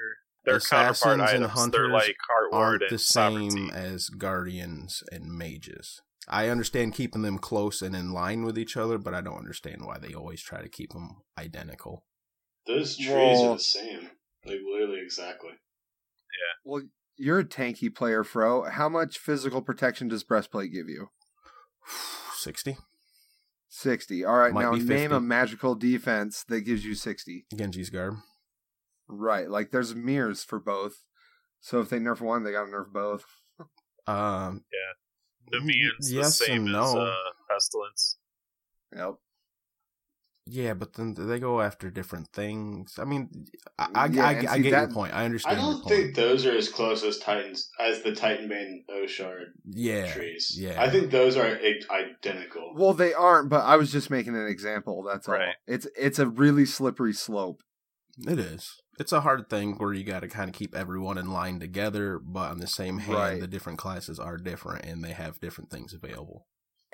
S2: they're
S5: Assassins
S2: counterpart
S5: and
S2: items. they're
S5: hunters
S2: like Heartward
S5: aren't
S2: and
S5: the
S2: Sovereignty.
S5: same as Guardians and Mages. I understand keeping them close and in line with each other, but I don't understand why they always try to keep them identical. <sighs>
S4: Those trees
S3: Well-
S4: are the same. Like, literally, exactly.
S3: Well, you're a tanky player, Fro. How much physical protection does breastplate give you?
S5: 60.
S3: 60. All right,
S5: Might
S3: now
S5: be
S3: name
S5: 50.
S3: a magical defense that gives you 60.
S5: Genji's garb.
S3: Right, like there's mirrors for both. So if they nerf one, they gotta nerf both.
S5: Um,
S2: Nevian's
S5: yes
S2: the same
S5: and
S2: as
S5: no.
S2: uh, Pestilence.
S3: Yep.
S5: yeah, but then they go after different things. I mean, I, I,
S3: Yeah,
S5: I,
S3: and
S5: I
S3: see,
S5: get your
S3: that-
S5: point. I
S4: I
S5: understand. your
S4: don't
S5: point.
S4: think those are as close as Titans as the Titan Titanbane Oshard
S5: Yeah,
S4: trees.
S5: yeah.
S4: I think those are i- identical.
S3: Well, they aren't, but I was just making an example. That's all.
S2: Right.
S3: It's it's a really slippery slope.
S5: it is. It's a hard thing where you got to kind of keep everyone in line together, but on the same hand,
S3: Right.
S5: the different classes are different and they have different things available.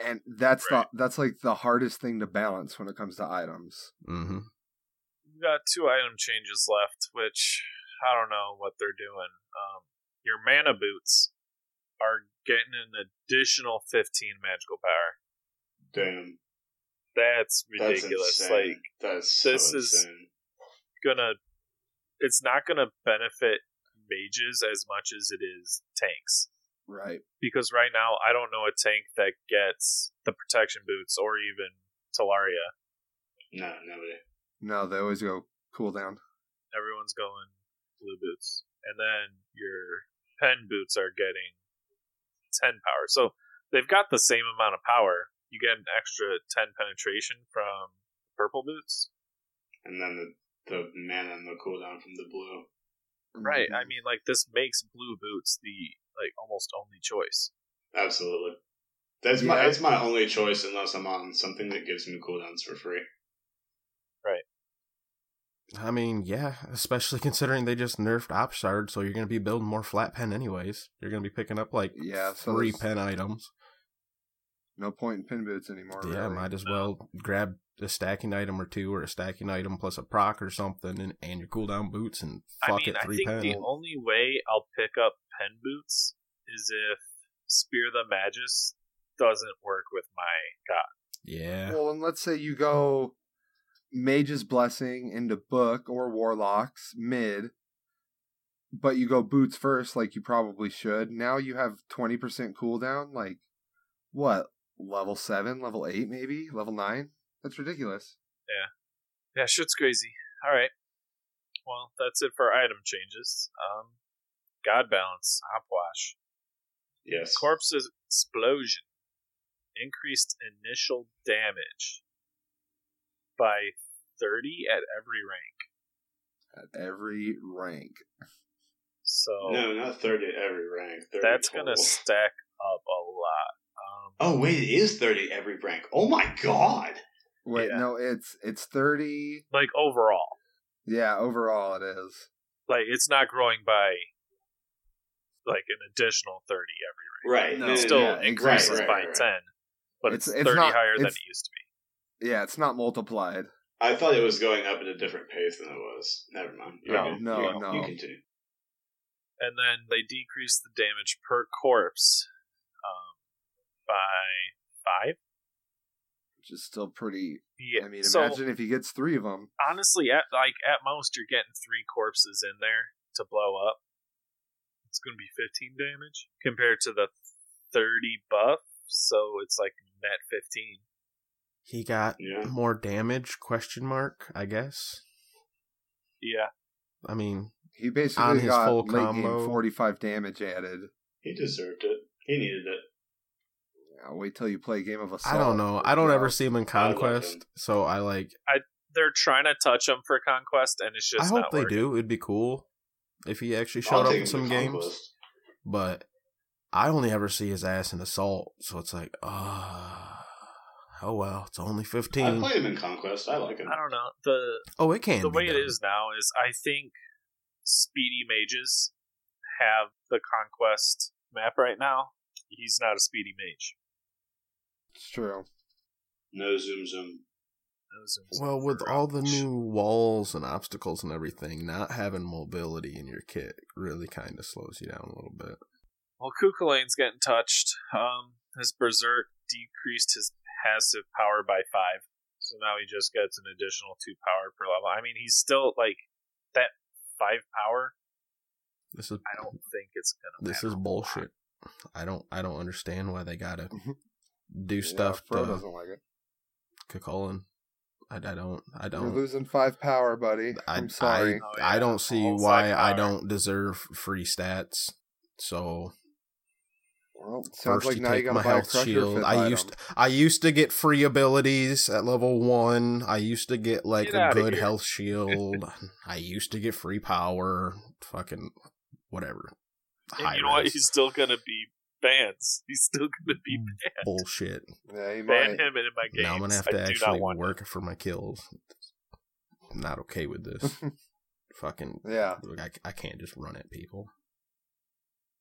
S3: and that's
S2: Right.
S3: the that's like the hardest thing to balance when it comes to items.
S5: Mm-hmm.
S2: We've got two item changes left, which I don't know what they're doing. Um, your mana boots are getting an additional 15 magical power.
S4: Damn,
S2: That's
S4: that's
S2: ridiculous.
S4: insane.
S2: like,
S4: that's so
S2: this is-
S4: insane.
S2: gonna it's not gonna benefit mages as much as it is tanks
S3: Right.
S2: because right now i don't know a tank that gets the protection boots or even talaria
S4: No, nobody.
S3: No, they always go cool down.
S2: everyone's going blue boots and then your pen boots are getting 10 power so they've got the same amount of power you get an extra 10 penetration from purple boots
S4: And then the the mana and the cooldown from the blue.
S2: right
S3: Mm-hmm.
S2: i mean like this makes blue boots the like almost only choice
S4: Absolutely. That's my
S3: Yeah.
S4: that's my only choice unless I'm on something that gives me cooldowns for free.
S5: I mean, yeah, especially <laughs> considering they just nerfed Opshard, so you're going to be building more flat pen anyways. You're going to be picking up like
S3: Yeah, so
S5: three
S3: there's
S5: pen items.
S3: no point in pin boots anymore.
S5: yeah,
S3: really.
S5: might as well grab a stacking item or two or a stacking item plus a proc or something and, and your cooldown boots and
S2: I
S5: fuck
S2: mean,
S5: it,
S2: I
S5: three
S2: think
S5: pen.
S2: the only way I'll pick up pen boots is if Spear the Magus doesn't work with my god.
S5: yeah.
S3: Well, and let's say you go Mage's Blessing into Book or Warlocks mid, but you go Boots first, like you probably should. Now you have twenty percent cooldown. Like what? Level seven, level eight, maybe level nine. That's ridiculous.
S2: Yeah, shit's crazy. All right. Well, that's it for item changes. Um, God balance, hopwash,
S4: Yes.
S2: corpses explosion, increased initial damage by thirty at every rank.
S3: At every rank.
S2: So
S4: No, not thirty at every rank. 30
S2: that's
S4: total.
S2: gonna stack up a lot. Um,
S4: Oh wait, it is thirty every rank. Oh my god.
S3: Wait,
S2: Yeah.
S3: no, it's it's thirty.
S2: Like overall.
S3: Yeah, overall it is.
S2: like it's not growing by like an additional 30 every
S4: Right.
S3: No.
S4: no,
S2: it still
S4: no,
S3: yeah,
S2: increases
S3: right, right,
S2: by 10 but it's,
S3: It's- it's
S2: 30
S3: not-
S2: higher than
S3: it's-
S2: it used to be
S3: Yeah, it's not multiplied.
S4: I thought it was going up at a different pace than it was. Never mind. You're
S2: No,
S4: good.
S3: no,
S4: You're-
S3: no.
S4: You continue.
S2: and then they decrease the damage per corpse um, by five
S3: Which is still pretty.
S2: yeah
S3: I mean,
S2: so
S3: imagine if he gets three of them.
S2: honestly at like at most you're getting three corpses in there to blow up it's going to be 15 damage compared to the 30 buff so it's like net 15
S5: He got
S4: Yeah.
S5: more damage question mark, I guess.
S2: yeah
S5: I mean,
S3: He basically
S5: On his
S3: got
S5: full
S3: late
S5: combo.
S3: game forty five damage added.
S4: He deserved it. He needed it.
S3: Yeah, wait till you play a game of assault.
S5: I don't know. I don't
S3: Yeah.
S5: ever see him in
S4: like
S5: conquest,
S4: him.
S5: so I like
S2: they're trying to touch him for conquest and it's just
S5: I hope
S2: not
S5: they
S2: working.
S5: do. It'd be cool if he actually
S4: I'll
S5: showed up
S4: take
S5: in
S4: him
S5: some
S4: to
S5: games.
S4: conquest.
S5: but I only ever see his ass in assault, so it's like, ah, oh well, it's only
S4: I
S5: fifteen.
S4: played him in conquest. I like him.
S2: I don't know. The
S5: oh, it can.
S2: the
S5: be
S2: way it
S5: done.
S2: is now is I think speedy mages have the conquest map right now. He's not a speedy mage.
S3: It's true.
S4: No zoom zoom.
S2: That was-
S5: Well, with all the
S2: Ouch.
S5: new walls and obstacles and everything, not having mobility in your kit really kind of slows you down a little bit.
S2: Well, Kukulain's getting touched. Um, his berserk decreased his passive power by five, so now he just gets an additional two power per level. I mean, he's still like that five power
S5: This is
S2: I don't think it's gonna.
S5: this
S2: matter
S5: is
S2: a lot.
S5: bullshit. I don't I don't understand why they gotta do
S3: Mm-hmm. Yeah,
S5: stuff
S3: Fro
S5: to
S3: doesn't like it.
S5: Kukulin. I, I don't I
S3: You're
S5: don't
S3: losing five power, buddy.
S5: I,
S3: I'm sorry.
S5: I,
S2: Oh, yeah.
S5: I don't see
S2: All
S5: why
S2: five
S5: I
S2: power.
S5: don't deserve free stats. So
S3: Well, it sounds
S5: first
S3: like
S5: you
S3: now you
S5: take
S3: gotta
S5: my
S3: buy a
S5: health
S3: crusher
S5: shield.
S3: fit
S5: I
S3: item.
S5: used I used to get free abilities at level one. I used to get like
S2: Get
S5: a
S2: outta
S5: good
S2: here. <laughs>
S5: health shield. I used to get free power. Fucking whatever.
S2: And you know what?
S5: High-res
S2: He's still gonna be banned. <laughs> He's still gonna be banned. <laughs>
S5: bullshit.
S3: Yeah, you
S2: Ban
S3: might.
S2: him in my games.
S5: Mm. Now I'm gonna have
S2: I
S5: to
S2: do
S5: actually
S2: not want
S5: work for my kills. I'm not okay with this.
S3: <laughs>
S5: Fucking,
S3: Yeah.
S5: look, I, I can't just run at people.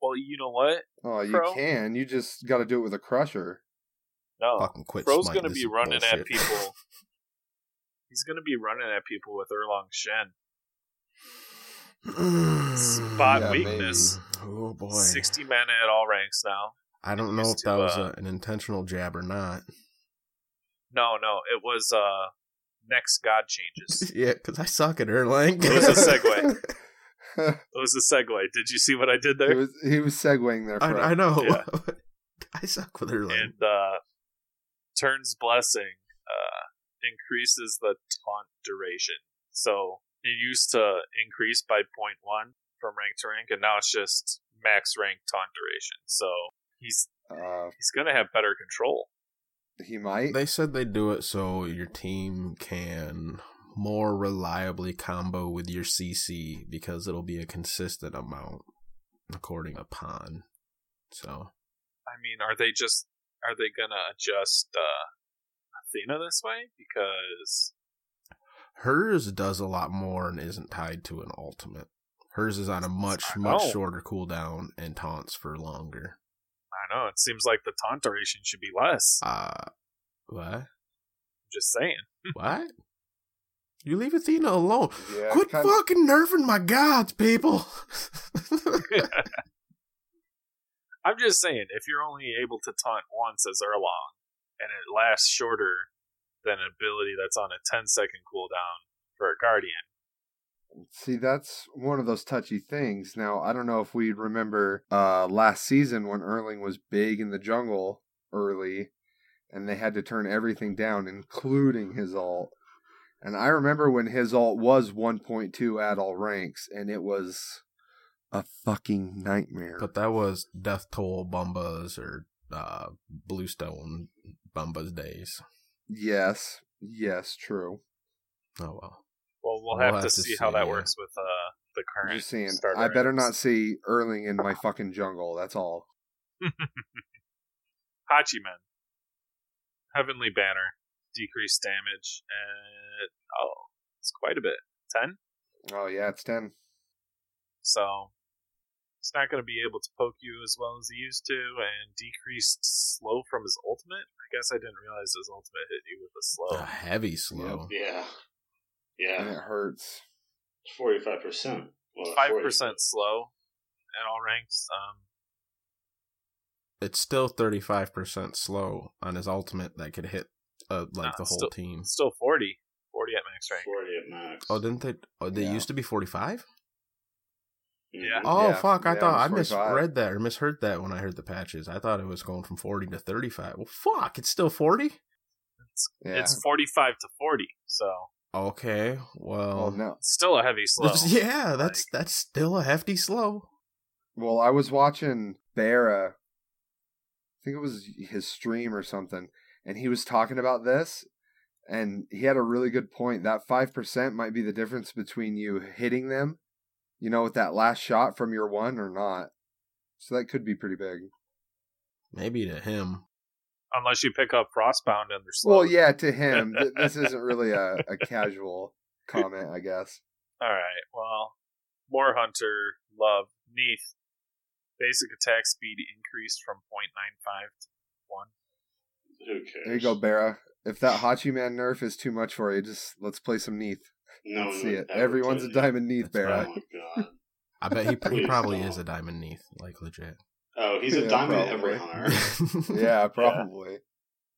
S2: Well, you know what?
S3: Oh, you
S2: Fro?
S3: can. You just gotta do it with a crusher.
S2: No,
S5: Fucking quit.
S2: Oh, Bro's
S5: smite,
S2: gonna
S5: this
S2: be
S5: is
S2: running at
S5: bullshit. <clears throat> <laughs>
S2: people. He's gonna be running at people with Erlong Shen. Spot
S3: Yeah,
S2: weakness.
S5: Oh boy,
S2: Sixty men at all ranks now.
S5: I don't know if
S2: used
S5: that
S2: to,
S5: was
S2: uh,
S5: a, an intentional jab or not. <laughs>
S2: No, no, it was uh next God
S5: <laughs>
S2: changes.
S5: yeah, because I suck at Erlang.
S2: It
S5: <laughs>
S2: was a segue.
S3: he
S2: It was a segue. Did you see what I did there?
S3: was <laughs> he was segueing there.
S5: I,
S3: Fro.
S5: I know.
S2: Yeah.
S5: <laughs> I suck with Erlang.
S2: and uh, turns blessing uh, increases the taunt duration. So it used to increase by 0.1 from rank to rank, and now it's just max rank taunt duration. So he's
S3: Uh,
S2: he's gonna have better control.
S3: he might.
S5: They said they do it so your team can more reliably combo with your CC because it'll be a consistent amount according upon. So
S2: I mean, are they just are they gonna adjust uh, Athena this way? Because
S5: hers does a lot more and isn't tied to an ultimate. Hers is on a much
S2: I
S5: much
S2: know.
S5: shorter cooldown and taunts for longer.
S2: I don't know it seems like the taunt duration should be less.
S5: Uh what?
S2: just saying.
S5: what? You leave Athena alone.
S3: Yeah,
S5: Quit
S3: kinda-
S5: fucking nerfing my
S3: <laughs>
S5: gods, people.
S2: I'm just saying, if you're only able to taunt once as Erlong, and it lasts shorter than an ability that's on a 10 second cooldown for a Guardian,
S3: See, that's one of those touchy things. Now, I don't know if we remember uh, last season when Erling was big in the jungle early, and they had to turn everything down, including his alt. And I remember when his alt was 1.2 at all ranks, and it was a fucking nightmare.
S5: But that was Death Toll Bumbas or uh, Bluestone Bumbas days.
S3: yes, yes, true.
S5: Oh well.
S2: well, we'll,
S5: We'll
S2: have,
S5: have
S2: to,
S5: to
S2: see, how
S5: see,
S2: that
S5: yeah.
S2: works with uh, the
S3: I'm
S2: current.
S3: just saying,
S2: starter
S3: I better
S2: ranks.
S3: not see Erling in my fucking jungle. That's all.
S2: Hachiman. Heavenly Banner. Decreased damage. And, oh, it's quite a bit. 10?
S3: Oh, yeah, it's 10.
S2: So it's not going to be able to poke you as well as he used to, and decreased slow from his ultimate. I guess I didn't realize his ultimate hit you with a
S3: Oh.
S2: slow.
S5: A heavy slow.
S4: Yeah.
S3: And
S4: Yeah.
S3: it hurts.
S4: Forty-five percent. Well,
S2: Five percent slow at all ranks. Um,
S5: It's still thirty five percent slow on his ultimate that could hit uh,
S2: Nah,
S5: like the whole
S2: still-
S5: team.
S2: still 40. 40 at max rank.
S4: Forty at max.
S5: Oh, didn't they? Oh, they
S3: Yeah. Mm,
S5: used to be forty five.
S2: yeah.
S5: Oh
S3: Yeah,
S5: fuck! I
S3: yeah,
S5: thought I
S3: it was 45.
S5: misread that or misheard that when I heard the patches. I thought it was going from forty to thirty five. Well, fuck! It's still forty.
S3: Yeah.
S2: It's 45 to 40, so
S5: Okay.
S3: well,
S5: Well, <laughs>
S3: no.
S2: still a heavy slow.
S5: yeah, that's that's still a hefty slow.
S3: Well, I was watching Barra. I think it was his stream or something, and he was talking about this, and he had a really good point. That five percent might be the difference between you hitting them, you know, with that last shot from your one or not. So that could be pretty big.
S5: Maybe to him,
S2: Unless you pick up Frostbound and they're slow.
S3: Well, yeah, to
S4: <laughs>
S3: him, th- this isn't really a, a casual comment, I guess.
S2: All right. Well, War Hunter, Love, Neath. Basic attack speed increased from 0.95 to 1.
S4: Who cares?
S3: There you go, Barra. If that Hachi Man nerf is too much for you, just let's play some Neath.
S4: No
S3: Let's
S4: one
S3: see
S4: would
S3: it.
S4: ever
S3: Everyone's a
S4: play that.
S3: diamond Neath,
S5: That's
S3: Barra.
S5: right.
S4: Oh my god.
S5: I bet he, he <laughs>
S4: Please
S5: probably
S4: don't.
S5: is a diamond neath, like legit.
S4: Oh, he's a
S3: Yeah,
S4: diamond
S3: probably.
S4: every hunter.
S3: <laughs>
S5: <laughs>
S3: yeah, probably.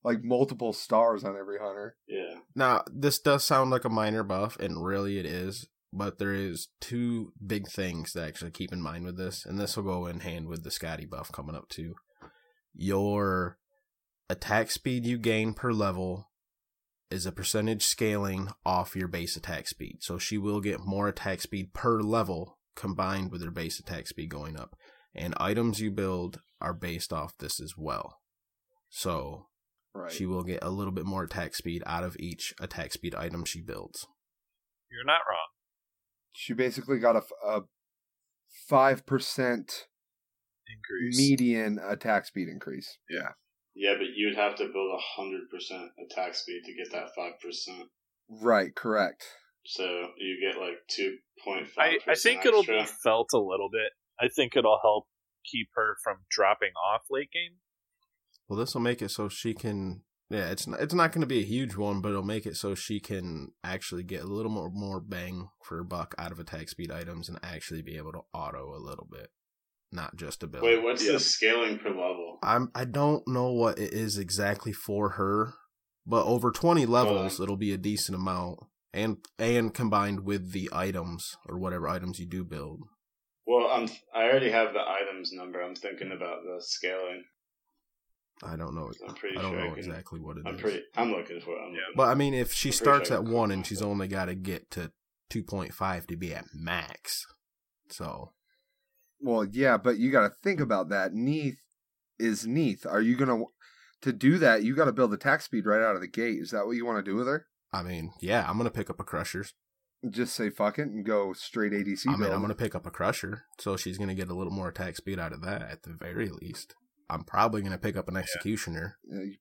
S3: Like multiple stars on every hunter.
S4: Yeah.
S5: Now, this does sound like a minor buff, and really it is. but there is two big things to actually keep in mind with this, and this will go in hand with the Scotty buff coming up too. Your attack speed you gain per level is a percentage scaling off your base attack speed. So she will get more attack speed per level combined with her base attack speed going up. And items you build are based off this as well. So
S3: Right.
S5: she will get a little bit more attack speed out of each attack speed item she builds.
S2: You're not wrong.
S3: she basically got a f- a five percent
S2: Increase.
S3: median attack speed increase.
S2: Yeah.
S4: Yeah, but you'd have to build a hundred percent attack speed to get that five percent.
S3: Right. Correct.
S4: So you get like two point
S2: I,
S4: five.
S2: I think it'll be felt a little bit. I think it'll help keep her from dropping off late game.
S5: Well, this will make it so she can. Yeah, it's not, it's not going to be a huge one, but it'll make it so she can actually get a little more more bang for her buck out of attack speed items and actually be able to auto a little bit, not just a build.
S4: Wait, what's
S2: Yeah.
S4: the scaling per level?
S5: I'm I don't know what it is exactly for her, but over 20 levels,
S4: Oh.
S5: it'll be a decent amount, and and combined with the items or whatever items you do build.
S4: Well, I'm I already have the items number. I'm thinking about the scaling.
S5: I don't know.
S4: I'm pretty
S5: I don't
S4: sure I
S5: know
S4: can-
S5: exactly what it is.
S4: I'm pretty. I'm looking for. it. I'm
S2: Yeah.
S4: looking
S5: But I mean, if she
S4: I'm pretty
S5: starts
S4: sure I
S5: at
S4: can
S5: one
S4: find
S5: and she's
S4: it.
S5: only got to get to 2.5 to be at max, so
S3: Well, yeah, but you got to think about that. Neath is Neath. Are you gonna to do that? You got to build attack speed right out of the gate. Is that what you want to do with her?
S5: I mean, yeah, I'm gonna pick up a crusher's.
S3: Just say fuck it and go straight ADC.
S5: I mean,
S3: build?
S5: I'm gonna pick up a crusher, so she's gonna get a little more attack speed out of that at the very least. I'm probably gonna pick up an executioner.
S3: Uh, you-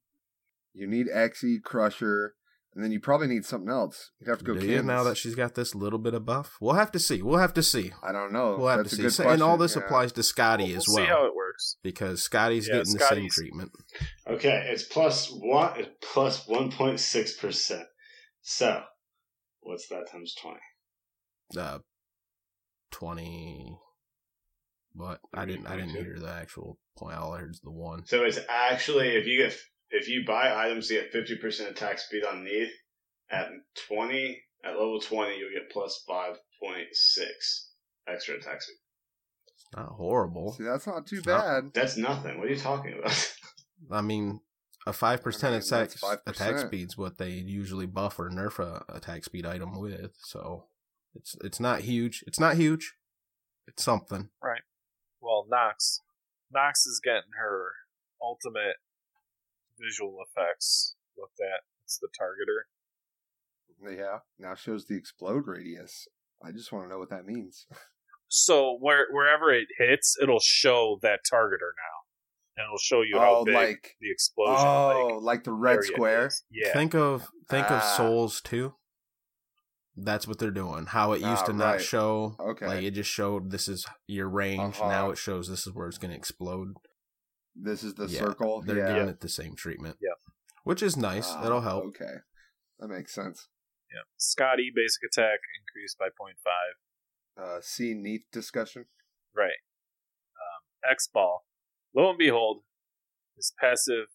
S3: You need Xe Crusher, and then you probably need something else. You'd have to go.
S5: Do you, now
S3: Canvas.
S5: that she's got this little bit of buff, we'll have to see. We'll have to see.
S3: I don't know.
S5: We'll have
S3: That's a
S5: to
S3: good
S5: see. So- And all
S3: question,
S5: this
S3: yeah.
S5: applies to Scotty
S2: we'll
S5: as
S2: see how
S5: well,
S2: it works.
S5: because Scotty's
S2: Yeah,
S5: getting the same
S2: Scotty's-
S5: treatment.
S4: for it. Okay, it's plus one. It's plus one point six percent. So, what's that times twenty?
S5: Uh, twenty. But I didn't. I didn't hear the actual point. All I heard is the one.
S4: So it's actually if you get if you buy items, you get fifty percent attack speed on Neath. At twenty, at level twenty, you'll get plus five point six extra attack speed.
S5: Not horrible.
S3: See, that's not too
S5: No.
S3: bad.
S4: That's nothing. What are you talking about? <laughs>
S5: I mean, a five
S3: I
S5: percent
S3: mean,
S5: attack
S3: that's 5%.
S5: attack speed's what they usually buff or nerf a attack speed item with. So it's it's not huge. It's not huge. It's something.
S2: Well, Knox. Knox is getting her ultimate visual effects looked at. It's the targeter.
S3: Yeah. Now shows the explode radius. I just want to know what that means.
S2: So where wherever it hits, it'll show that targeter now, and it'll show you how
S3: oh,
S2: big
S3: like
S2: the explosion.
S3: oh,
S2: like,
S3: like, the red
S2: area
S3: square.
S2: is. Yeah.
S5: Think of think of
S3: Ah.
S5: Souls too. That's what they're doing. How it used
S3: Ah,
S5: to not
S3: right.
S5: show.
S3: Okay.
S5: Like it just showed this is your range.
S3: Uh-huh.
S5: Now it shows this is where it's going to explode.
S3: This is the
S5: Yeah,
S3: circle.
S5: Oh, They're
S3: yeah.
S5: giving it the same treatment.
S2: Yep.
S5: Which is nice.
S3: Ah,
S5: That'll help.
S3: Okay, that makes sense.
S2: yeah. Scotty basic attack increased by 0.5.
S3: Uh, see neat discussion.
S2: Right. Um, X ball. Lo and behold, his passive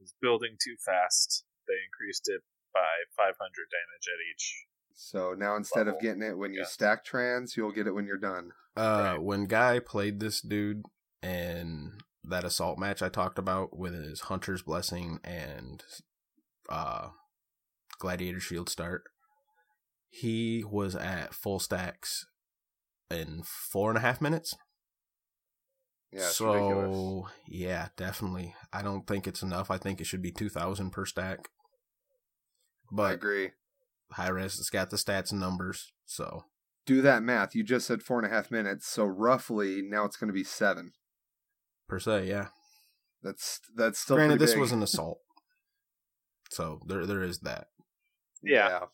S2: is building too fast. They increased it by 500 damage at each.
S3: So now instead
S2: Level.
S3: of getting it when you
S2: Yeah.
S3: stack trans, you'll get it when you're done.
S5: Uh,
S2: Right.
S5: when Guy played this dude in that assault match I talked about with his Hunter's Blessing and uh, Gladiator Shield start, he was at full stacks in four and a half minutes.
S3: Yeah, it's
S5: so
S3: ridiculous.
S5: yeah, definitely. I don't think it's enough. I think it should be two thousand per stack.
S3: I
S5: But
S3: agree.
S5: high res has got the stats and numbers, so
S3: Do that math. You just said four and a half minutes, so roughly now it's going to be seven.
S5: per se, yeah.
S3: That's that's still
S5: Granted,
S3: pretty
S5: this
S3: big.
S5: was an assault, so there there is that.
S2: Yeah.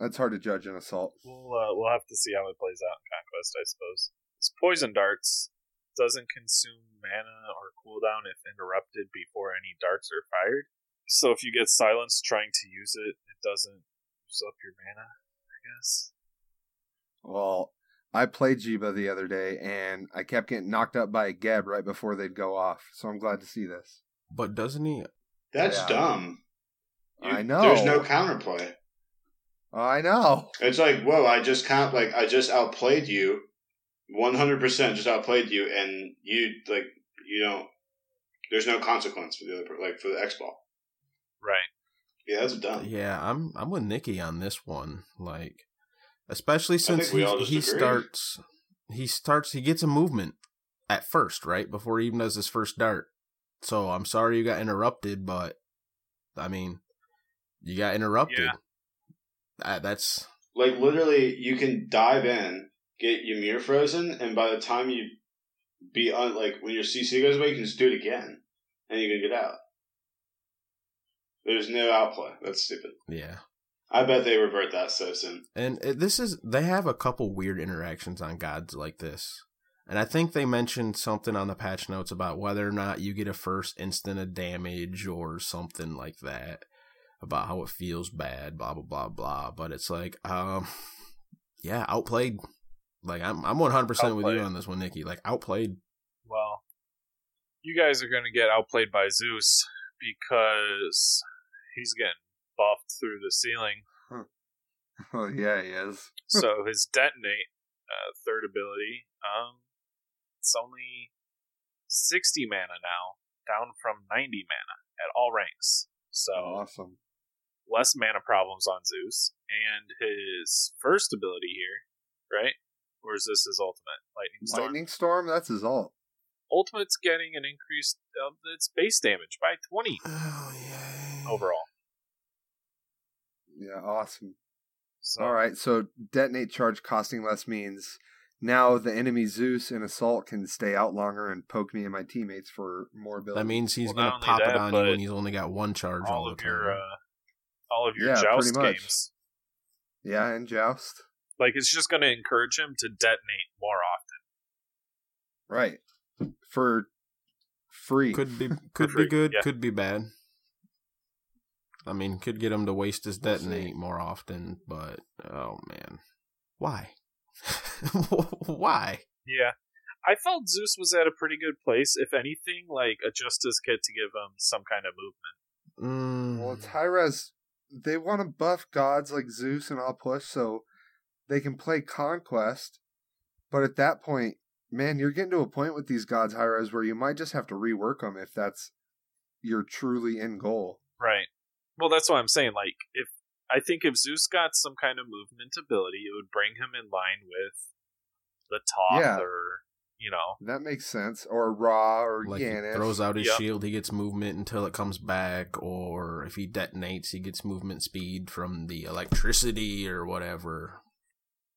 S3: That's hard to judge an assault.
S2: We'll uh, we'll have to see how it plays out in conquest, I suppose. It's poison darts doesn't consume mana or cooldown if interrupted before any darts are fired. So if you get silenced trying to use it, it doesn't use up your mana. I guess.
S3: Well, I played Jiba the other day, and I kept getting knocked up by a Geb right before they'd go off. So I'm glad to see this.
S5: But doesn't he?
S4: That's
S3: Yeah.
S4: dumb. You-
S3: I know.
S4: There's no counterplay.
S3: I know. <laughs>
S4: It's like, whoa, I just can't like I just outplayed you one hundred percent just outplayed you and you like you don't there's no consequence for the other per- like for the X ball.
S2: Right.
S4: Yeah, that's dumb.
S5: Yeah, I'm I'm with Nikki on this one. Like, especially
S4: think
S5: since
S4: we
S5: he,
S4: all just
S5: he
S4: agree.
S5: starts, he starts, he gets a movement at first, right before he even does his first dart. So I'm sorry you got interrupted, but I mean, you got interrupted.
S2: Yeah.
S5: Uh, that's
S4: Like literally you can dive in, get Ymir frozen, and by the time you be on like when your CC goes away, you can just do it again and you can get out. There's no outplay. That's stupid.
S5: yeah.
S4: I bet they revert that so soon.
S5: And it, this is they have a couple weird interactions on gods like this. And I think they mentioned something on the patch notes about whether or not you get a first instant of damage or something like that about how it feels bad, blah blah blah blah. But it's like, um, <laughs> yeah, outplayed. Like I'm, I'm 100 percent with you
S2: Outplayed.
S5: on this one, Nikki. Like outplayed.
S2: Well, you guys are going to get outplayed by Zeus because he's getting buffed through the ceiling.
S3: Oh yeah, he is.
S2: So his detonate uh, third ability, um, it's only sixty mana now, down from ninety mana at all ranks. So
S3: Awesome.
S2: less mana problems on Zeus, and his first ability here, right? Or is this his ultimate? Lightning Storm.
S3: Lightning storm. That's his alt.
S2: Ultimate's getting an increased of its base damage by twenty
S5: Oh yeah.
S2: overall.
S3: Yeah, awesome.
S2: So
S3: All right, so detonate charge costing less means now the enemy Zeus and assault can stay out longer and poke me and my teammates for more ability.
S5: That means he's
S2: Well, not
S5: gonna
S2: only
S5: pop
S2: that,
S5: it on
S2: but
S5: you when he's only got one charge all,
S2: all
S5: the
S2: of
S5: time.
S2: your uh, all of your
S3: Yeah, pretty
S2: joust
S3: much.
S2: games.
S3: yeah, and joust.
S2: Like it's just going to encourage him to detonate more often.
S3: Right. For free. <laughs>
S5: could be could
S2: free,
S5: be good,
S2: yeah.
S5: could be bad. I mean, could get him to waste his
S3: We'll
S5: detonate
S3: see.
S5: more often, but oh man, why? <laughs> why?
S2: Yeah. I felt Zeus was at a pretty good place. If anything, like a Justice Kit to give him some kind of movement.
S5: Mm,
S3: Well, it's high res. They want to buff gods like Zeus and all push so they can play conquest. But at that point, man, you're getting to a point with these gods high res where you might just have to rework them if that's your truly end goal.
S2: Right. Well, that's what I'm saying. Like, if I think if Zeus got some kind of movement ability, it would bring him in line with the Toth
S3: Yeah.
S2: or you know,
S3: That makes sense. Or Ra or
S5: like
S3: Yanis.
S5: he throws out his
S2: Yep.
S5: shield, he gets movement until it comes back, or if he detonates, he gets movement speed from the electricity or whatever.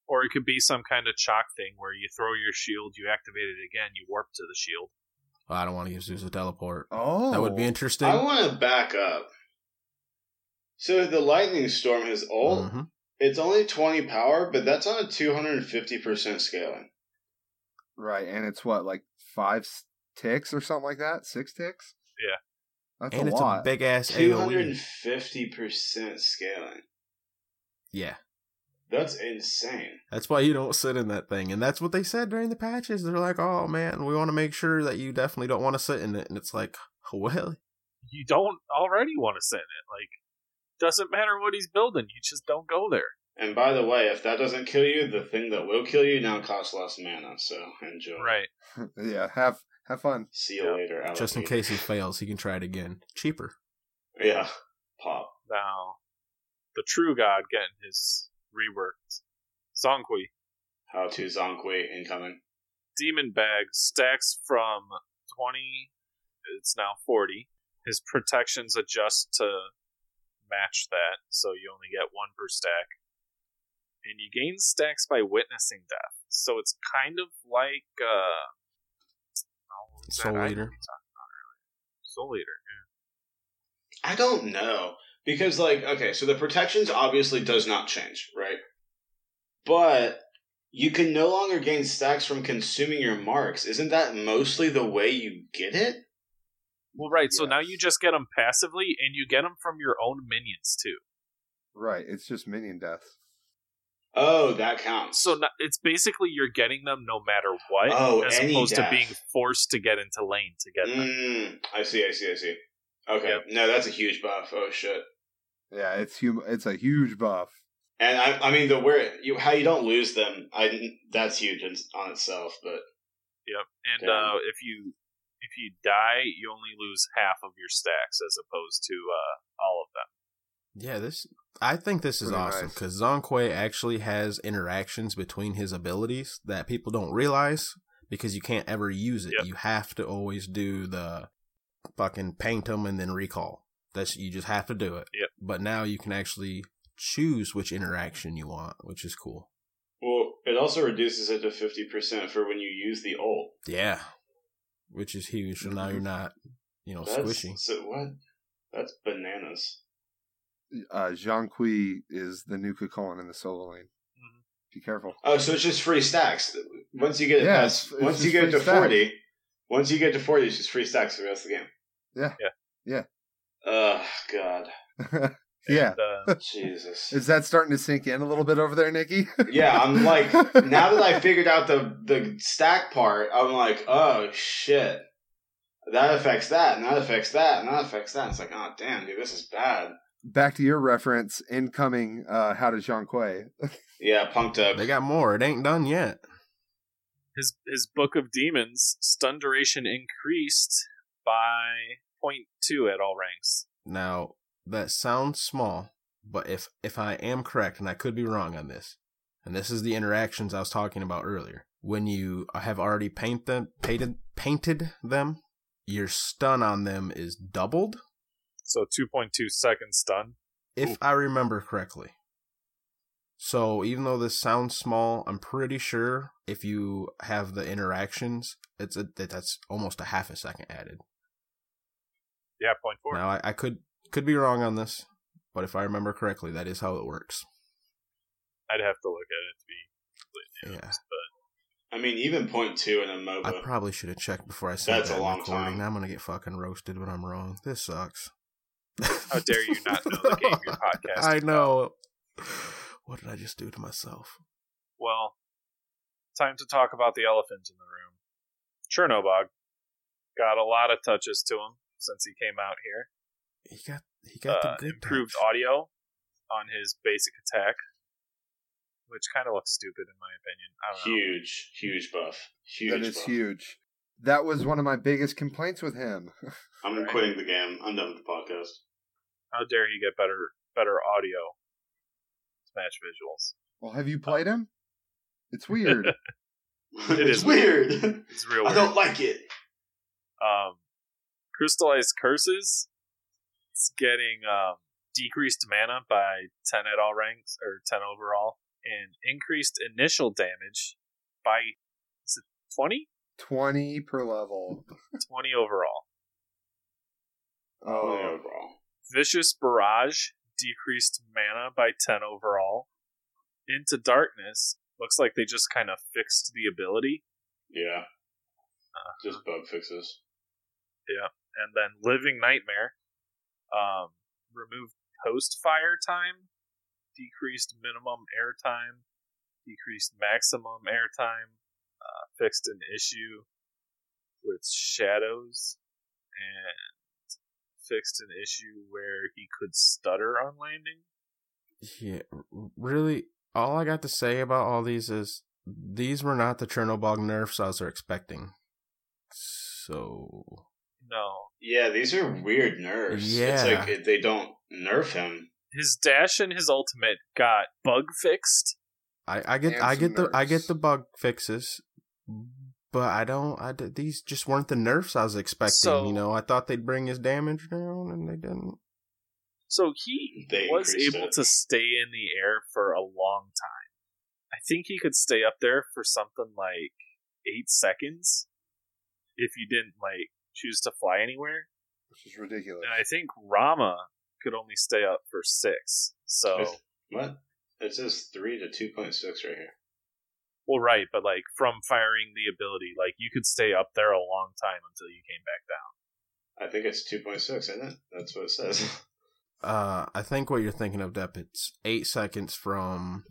S2: or it could be some kind of chalk thing where you throw your shield, you activate it again, you warp to the shield.
S5: I don't want to give Zeus a teleport.
S3: Oh,
S5: That would be interesting.
S4: I want to back up. So the lightning storm is old.
S5: Mhm.
S4: It's only twenty power, but that's on a two hundred and fifty percent scaling.
S3: right. And it's what like five s- ticks or something like that, six ticks.
S2: Yeah.
S3: that's
S5: and
S3: a
S5: it's
S3: lot.
S5: a E. big ass
S4: Two hundred
S5: AOE.
S4: and fifty percent scaling.
S5: Yeah.
S4: That's insane.
S5: That's why you don't sit in that thing. And that's what they said during the patches. They're like, oh man, we want to make sure that you definitely don't want to sit in it. And it's like, <laughs> well,
S2: You don't already want to send it. Like, doesn't matter what he's building, you just don't go there.
S4: And by the way, if that doesn't kill you, the thing that will kill you now costs less mana. So enjoy.
S2: Right.
S3: yeah, have have fun.
S4: See you
S2: Yeah.
S4: later. Alligator.
S5: just in case he fails, he can try it again. Cheaper.
S4: Yeah. Pop.
S2: Now, the true god getting his reworked. Zonkui.
S4: How to Zonkwe incoming.
S2: Demon Bag stacks from 20, it's now 40. His protections adjust to match that, so you only get one per stack. And you gain stacks by witnessing death. So it's kind of like. Uh, oh, what was that
S5: Soul
S2: item
S5: Eater.
S2: we talked about earlier? Soul Eater.
S4: I don't know because like okay, so the protections obviously does not change, right? But you can no longer gain stacks from consuming your marks. Isn't that mostly the way you get it?
S2: Well, right. So now
S3: Yes.
S2: you just get them passively, and you get them from your own minions too.
S3: Right, it's just minion death.
S4: Oh, that counts.
S2: So no- it's basically you're getting them no matter what,
S4: Oh,
S2: as
S4: any
S2: opposed to
S4: death.
S2: being forced to get into lane to get them.
S4: Mm, I see. I see. I see. Okay.
S2: Yep.
S4: No, that's a huge buff. Oh shit.
S3: Yeah, it's hum- It's a huge buff.
S4: And I, I mean, the where you how you don't lose them, I didn't- that's huge in, on itself. But
S2: Yep. And
S4: Damn.
S2: uh, if you if you die, you only lose half of your stacks as opposed to uh, all of them.
S5: Yeah, this I think this is
S3: Pretty
S5: awesome
S3: nice.
S5: because Zonkwe actually has interactions between his abilities that people don't realize because you can't ever use it.
S2: Yep.
S5: You have to always do the fucking paint them and then recall. That's you just have to do it.
S2: Yep.
S5: But now you can actually choose which interaction you want, which is cool.
S4: well, it also reduces it to fifty percent for when you use the old.
S5: Yeah, which is huge. So now
S3: Mhm.
S5: you're not, you know,
S4: That's,
S5: Oh, squishy.
S4: So what? That's bananas.
S3: Uh, Jean Kui is the new Kukulin in the solo lane.
S2: Mhm.
S3: Be careful. <laughs>
S4: Oh, so it's just free stacks. Once you get it
S3: Yeah,
S4: past,
S3: it's- it's
S4: once you
S3: just
S4: get it
S3: free
S4: to
S3: stacks.
S4: forty, once you get to forty, it's just free stacks for the rest of the game.
S3: Yeah.
S2: Yeah.
S3: Yeah.
S4: Oh God,
S3: <laughs> yeah.
S2: And, uh, <laughs>
S4: Jesus.
S3: Is that starting to sink in a little bit over there, Nikki?
S4: Yeah, I'm
S3: <laughs>
S4: like now that I figured out the the stack part, I'm like, oh shit, that affects that, and that affects that, and that affects that. It's like, oh damn, dude, this is bad.
S3: Back to your reference, incoming. Uh, how to Jean Kui?
S4: Yeah, punked up.
S5: They got more. It ain't done yet.
S2: his his book of demons stun duration increased by 0.2 at all ranks.
S5: Now that sounds small, but if if I am correct, and I could be wrong on this, and this is the interactions I was talking about earlier, when you have already paint them painted painted them, your stun on them is doubled,
S2: So 2.2 second stun.
S5: if I remember correctly. So even though this sounds small, I'm pretty sure if you have the interactions, it's a, that that's almost a half a second added.
S2: Yeah, 0.4.
S5: Now I, I could could be wrong on this, but if I remember correctly, that is how it works.
S2: I'd have to look at it to be completely
S5: Yeah.
S2: honest, but
S4: I mean, even point two in a
S5: I
S4: MOBA.
S5: probably should have checked before I said
S4: That's
S5: that
S4: a
S5: in
S4: long
S5: recording.
S4: time.
S5: I'm gonna get fucking roasted when I'm wrong. This sucks.
S2: how dare you not know the game your podcast?
S5: <laughs> I
S2: is about.
S5: know. What did I just do to myself?
S2: Well, time to talk about the elephant in the room. Chernobog got a lot of touches to him since he came out here.
S5: He got he got
S2: uh,
S5: the good
S2: improved
S5: touch.
S2: audio on his basic attack, which kind of looks stupid in my opinion. I don't know.
S4: Huge, huge buff. Huge.
S3: That is
S4: buff.
S3: huge. That was one of my biggest complaints with him.
S4: I'm
S2: Right.
S4: quitting the game. I'm done with the podcast.
S2: How dare he get better better audio? Smash visuals.
S3: Well, have you played him? It's weird.
S4: <laughs>
S2: It
S4: it's
S2: is
S4: weird. <laughs>
S2: It's real
S4: I
S2: weird.
S4: don't like it.
S2: Um, crystallized curses. It's getting um, decreased mana by ten at all ranks or ten overall, and increased initial damage by is it twenty?
S3: 20 per level.
S2: Twenty overall.
S4: Oh,
S3: Oh,
S4: overall.
S2: Vicious Barrage decreased mana by 10 overall. Into Darkness looks like they just kind of fixed the ability.
S4: Yeah. Just bug fixes.
S2: And then Living Nightmare um, removed post fire time, decreased minimum air time, decreased maximum air time, uh, fixed an issue with shadows, and fixed an issue where he could stutter on landing.
S5: Yeah, r- really. All I got to say about all these is these were not the Chernobog nerfs I was expecting. So
S2: No,
S4: Yeah, these are weird nerfs. It's
S5: Yeah.
S4: like it, they don't nerf him.
S2: his dash and his ultimate got bug fixed.
S5: I, I get
S3: And
S5: I
S3: some
S5: get the I
S3: nerfs.
S5: get the bug fixes, but I don't. I d- these just weren't the nerfs I was expecting.
S2: So-
S5: you know, I thought they'd bring his damage down, and they didn't.
S2: So he
S4: They
S2: was
S4: increased
S2: able
S4: it.
S2: to stay in the air for a long time. I think he could stay up there for something like eight seconds if you didn't like choose to fly anywhere.
S3: which is ridiculous.
S2: And I think Rama could only stay up for six. So
S4: It's- What? It says three to two point six right here.
S2: well right, but like from firing the ability, like you could stay up there a long time until you came back down.
S4: I think it's two point six, isn't it? That's what it says.
S5: Uh, I think what you're thinking of, Depp, it's eight seconds from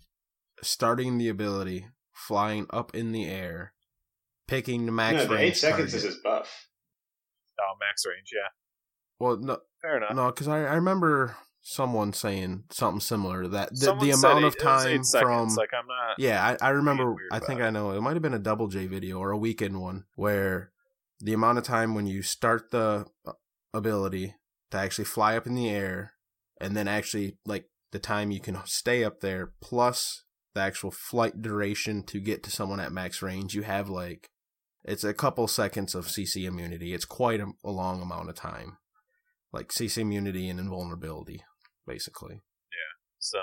S5: starting the ability, flying up in the air, picking the
S4: <laughs>
S5: max
S4: no, the
S5: range
S4: eight seconds
S5: target.
S4: is his buff.
S2: Oh, max range, yeah.
S5: well, no,
S2: Fair enough.
S5: no, because I, I remember someone saying something similar to that. The,
S2: Someone
S5: the
S2: said
S5: amount
S2: eight-
S5: of
S2: it was eight
S5: time from
S2: seconds. like I'm not.
S5: yeah, I, I remember.
S2: weird
S5: I think
S2: about
S5: I know. It might have been a double J video or a weekend one where the amount of time when you start the uh, ability to actually fly up in the air and then actually like the time you can stay up there plus the actual flight duration to get to someone at max range, you have like it's a couple seconds of CC immunity. It's quite a, a long amount of time, like CC immunity and invulnerability, basically.
S2: So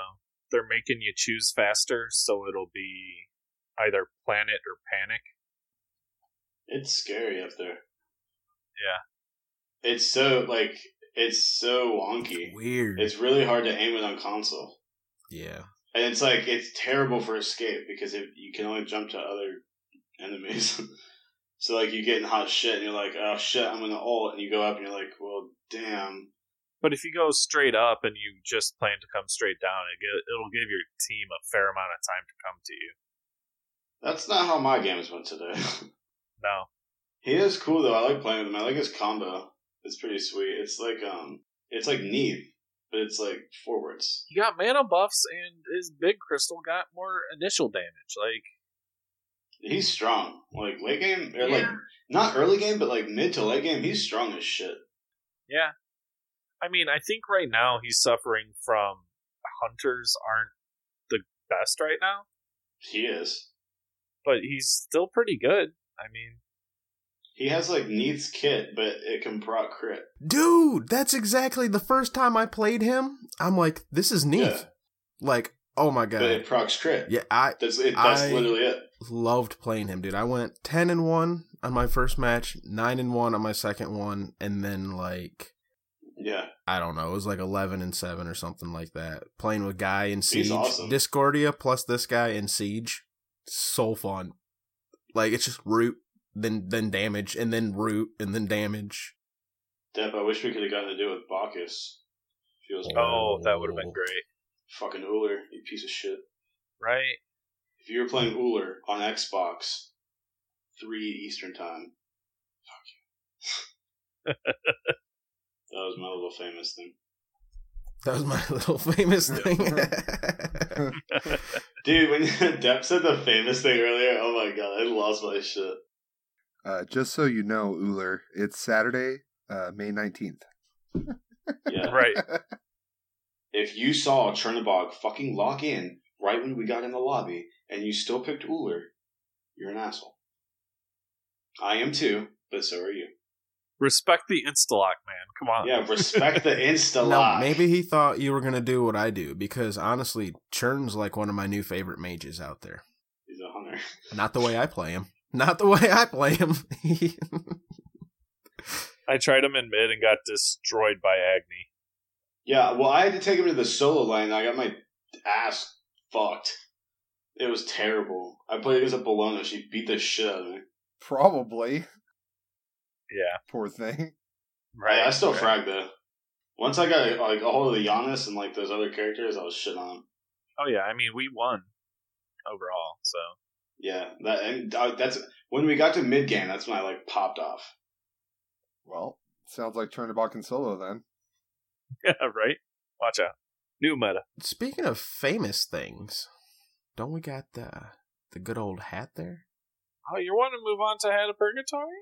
S2: they're making you choose faster, so it'll be either planet or panic.
S4: It's scary up there.
S2: Yeah.
S4: It's so like it's so wonky.
S5: Weird.
S4: It's really hard to aim it on console,
S5: yeah.
S4: and it's like it's terrible for escape because if you can only jump to other enemies. <laughs> so like you get in hot shit and you're like, oh shit, I'm gonna ult, and you go up and you're like, well, damn.
S2: But if you go straight up and you just plan to come straight down, it gi- it'll give your team a fair amount of time to come to
S4: That's not
S2: you.
S4: how my games went today. <laughs>
S2: No,
S4: he is cool though. I like playing with him. I like his combo. It's pretty sweet. It's like um, it's like Neve, but it's like forwards.
S2: he got mana buffs, and his big crystal got more initial damage. Like
S4: He's strong. Like late game, or like
S2: Yeah.
S4: not early game, but like mid to late game, he's strong as shit.
S2: Yeah. I mean, I think right now he's suffering from hunters aren't the best right now,
S4: He is.
S2: but he's still pretty good. I mean,
S4: He has like Neath's kit, but it can proc crit.
S5: Dude, that's exactly the first time I played him. I'm like, this is neat.
S4: Yeah.
S5: Like, oh my
S4: But it
S5: god.
S4: procs crit.
S5: Yeah, I
S4: That's it, that's
S5: I-
S4: literally it.
S5: loved playing him, dude. I went 10 and 1 on my first match, 9 and 1 on my second one, and then like
S4: Yeah.
S5: I don't know, it was like 11 and 7 or something like that. Playing with Guy and Siege,
S4: awesome.
S5: Discordia plus this guy and Siege. So fun. Like it's just root then then damage and then root and then damage.
S4: Dep, I wish we could have gotten to do it with Bacchus. Feels bad.
S2: oh, that would have been
S5: Oh.
S2: great,
S4: Fucking Uller, you piece of shit.
S2: right?
S4: If you were playing Uller on Xbox, 3 Eastern Time, fuck you. <laughs> that was my little famous thing.
S5: That was my <laughs> little famous thing.
S4: Dude, when <laughs> Dep said the famous thing earlier, oh my god, I lost my shit.
S3: Uh, just so you know, Uller, it's Saturday, uh, May 19th.
S4: Yeah.
S2: Right.
S4: If you saw Chernobog fucking lock in right when we got in the lobby and you still picked Uller, you're an asshole. I am too, but so are you.
S2: Respect the Instalock, man. Come on. <laughs>
S4: Yeah, respect the insta
S5: No,
S4: lock.
S5: maybe he thought you were gonna do what I do because honestly, Churn's like one of my new favorite mages out there.
S4: He's a hunter.
S5: Not the way I play him. Not the <laughs> way I play him.
S2: I tried him in mid and got destroyed by Agni.
S4: Yeah, well, I had to take him to the solo lane. and I got my ass fucked. It was terrible. I played against a Bologna. She beat the shit out of me.
S3: Probably. <laughs>
S2: Yeah.
S3: Poor thing.
S4: I still
S2: right.
S4: frag though. Once I got like a hold of the Giannis and like those other characters, I was shit on. 'em.
S2: Oh yeah. I mean, we won overall. So <laughs>
S4: Yeah, that and uh, that's when we got to mid game. That's when I like popped off.
S3: Well, sounds like Chernobog and Solo then.
S2: yeah, right. Watch out. New meta.
S5: Speaking of famous things, don't we got the the good old hat there?
S2: Oh, you want to move on to Had a Purgatory?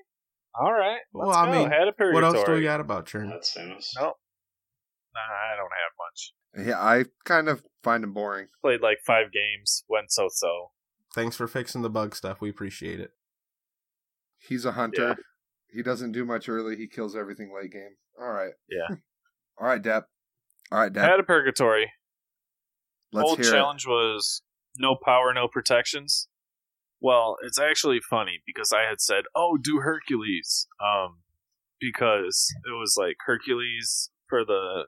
S2: All right.
S5: Well,
S2: let's
S5: I
S2: go. Uh,
S5: mean,
S2: Had a Purgatory.
S5: What else do we got about Churn?
S4: That's famous.
S2: No. Nah, I don't have much.
S3: Yeah, I kind of find him boring.
S2: Played like five games. Went so so.
S5: Thanks for fixing the bug stuff. We appreciate it.
S3: He's a hunter. He doesn't do much early. He kills everything late game. All right.
S2: Yeah.
S3: <laughs> All right, Dep. All right, Dep.
S2: Had a purgatory.
S3: Let's
S2: Old
S3: hear
S2: challenge was no power, no protections. Well, it's actually funny because I had said, "Oh, do Hercules," um, because it was like Hercules for the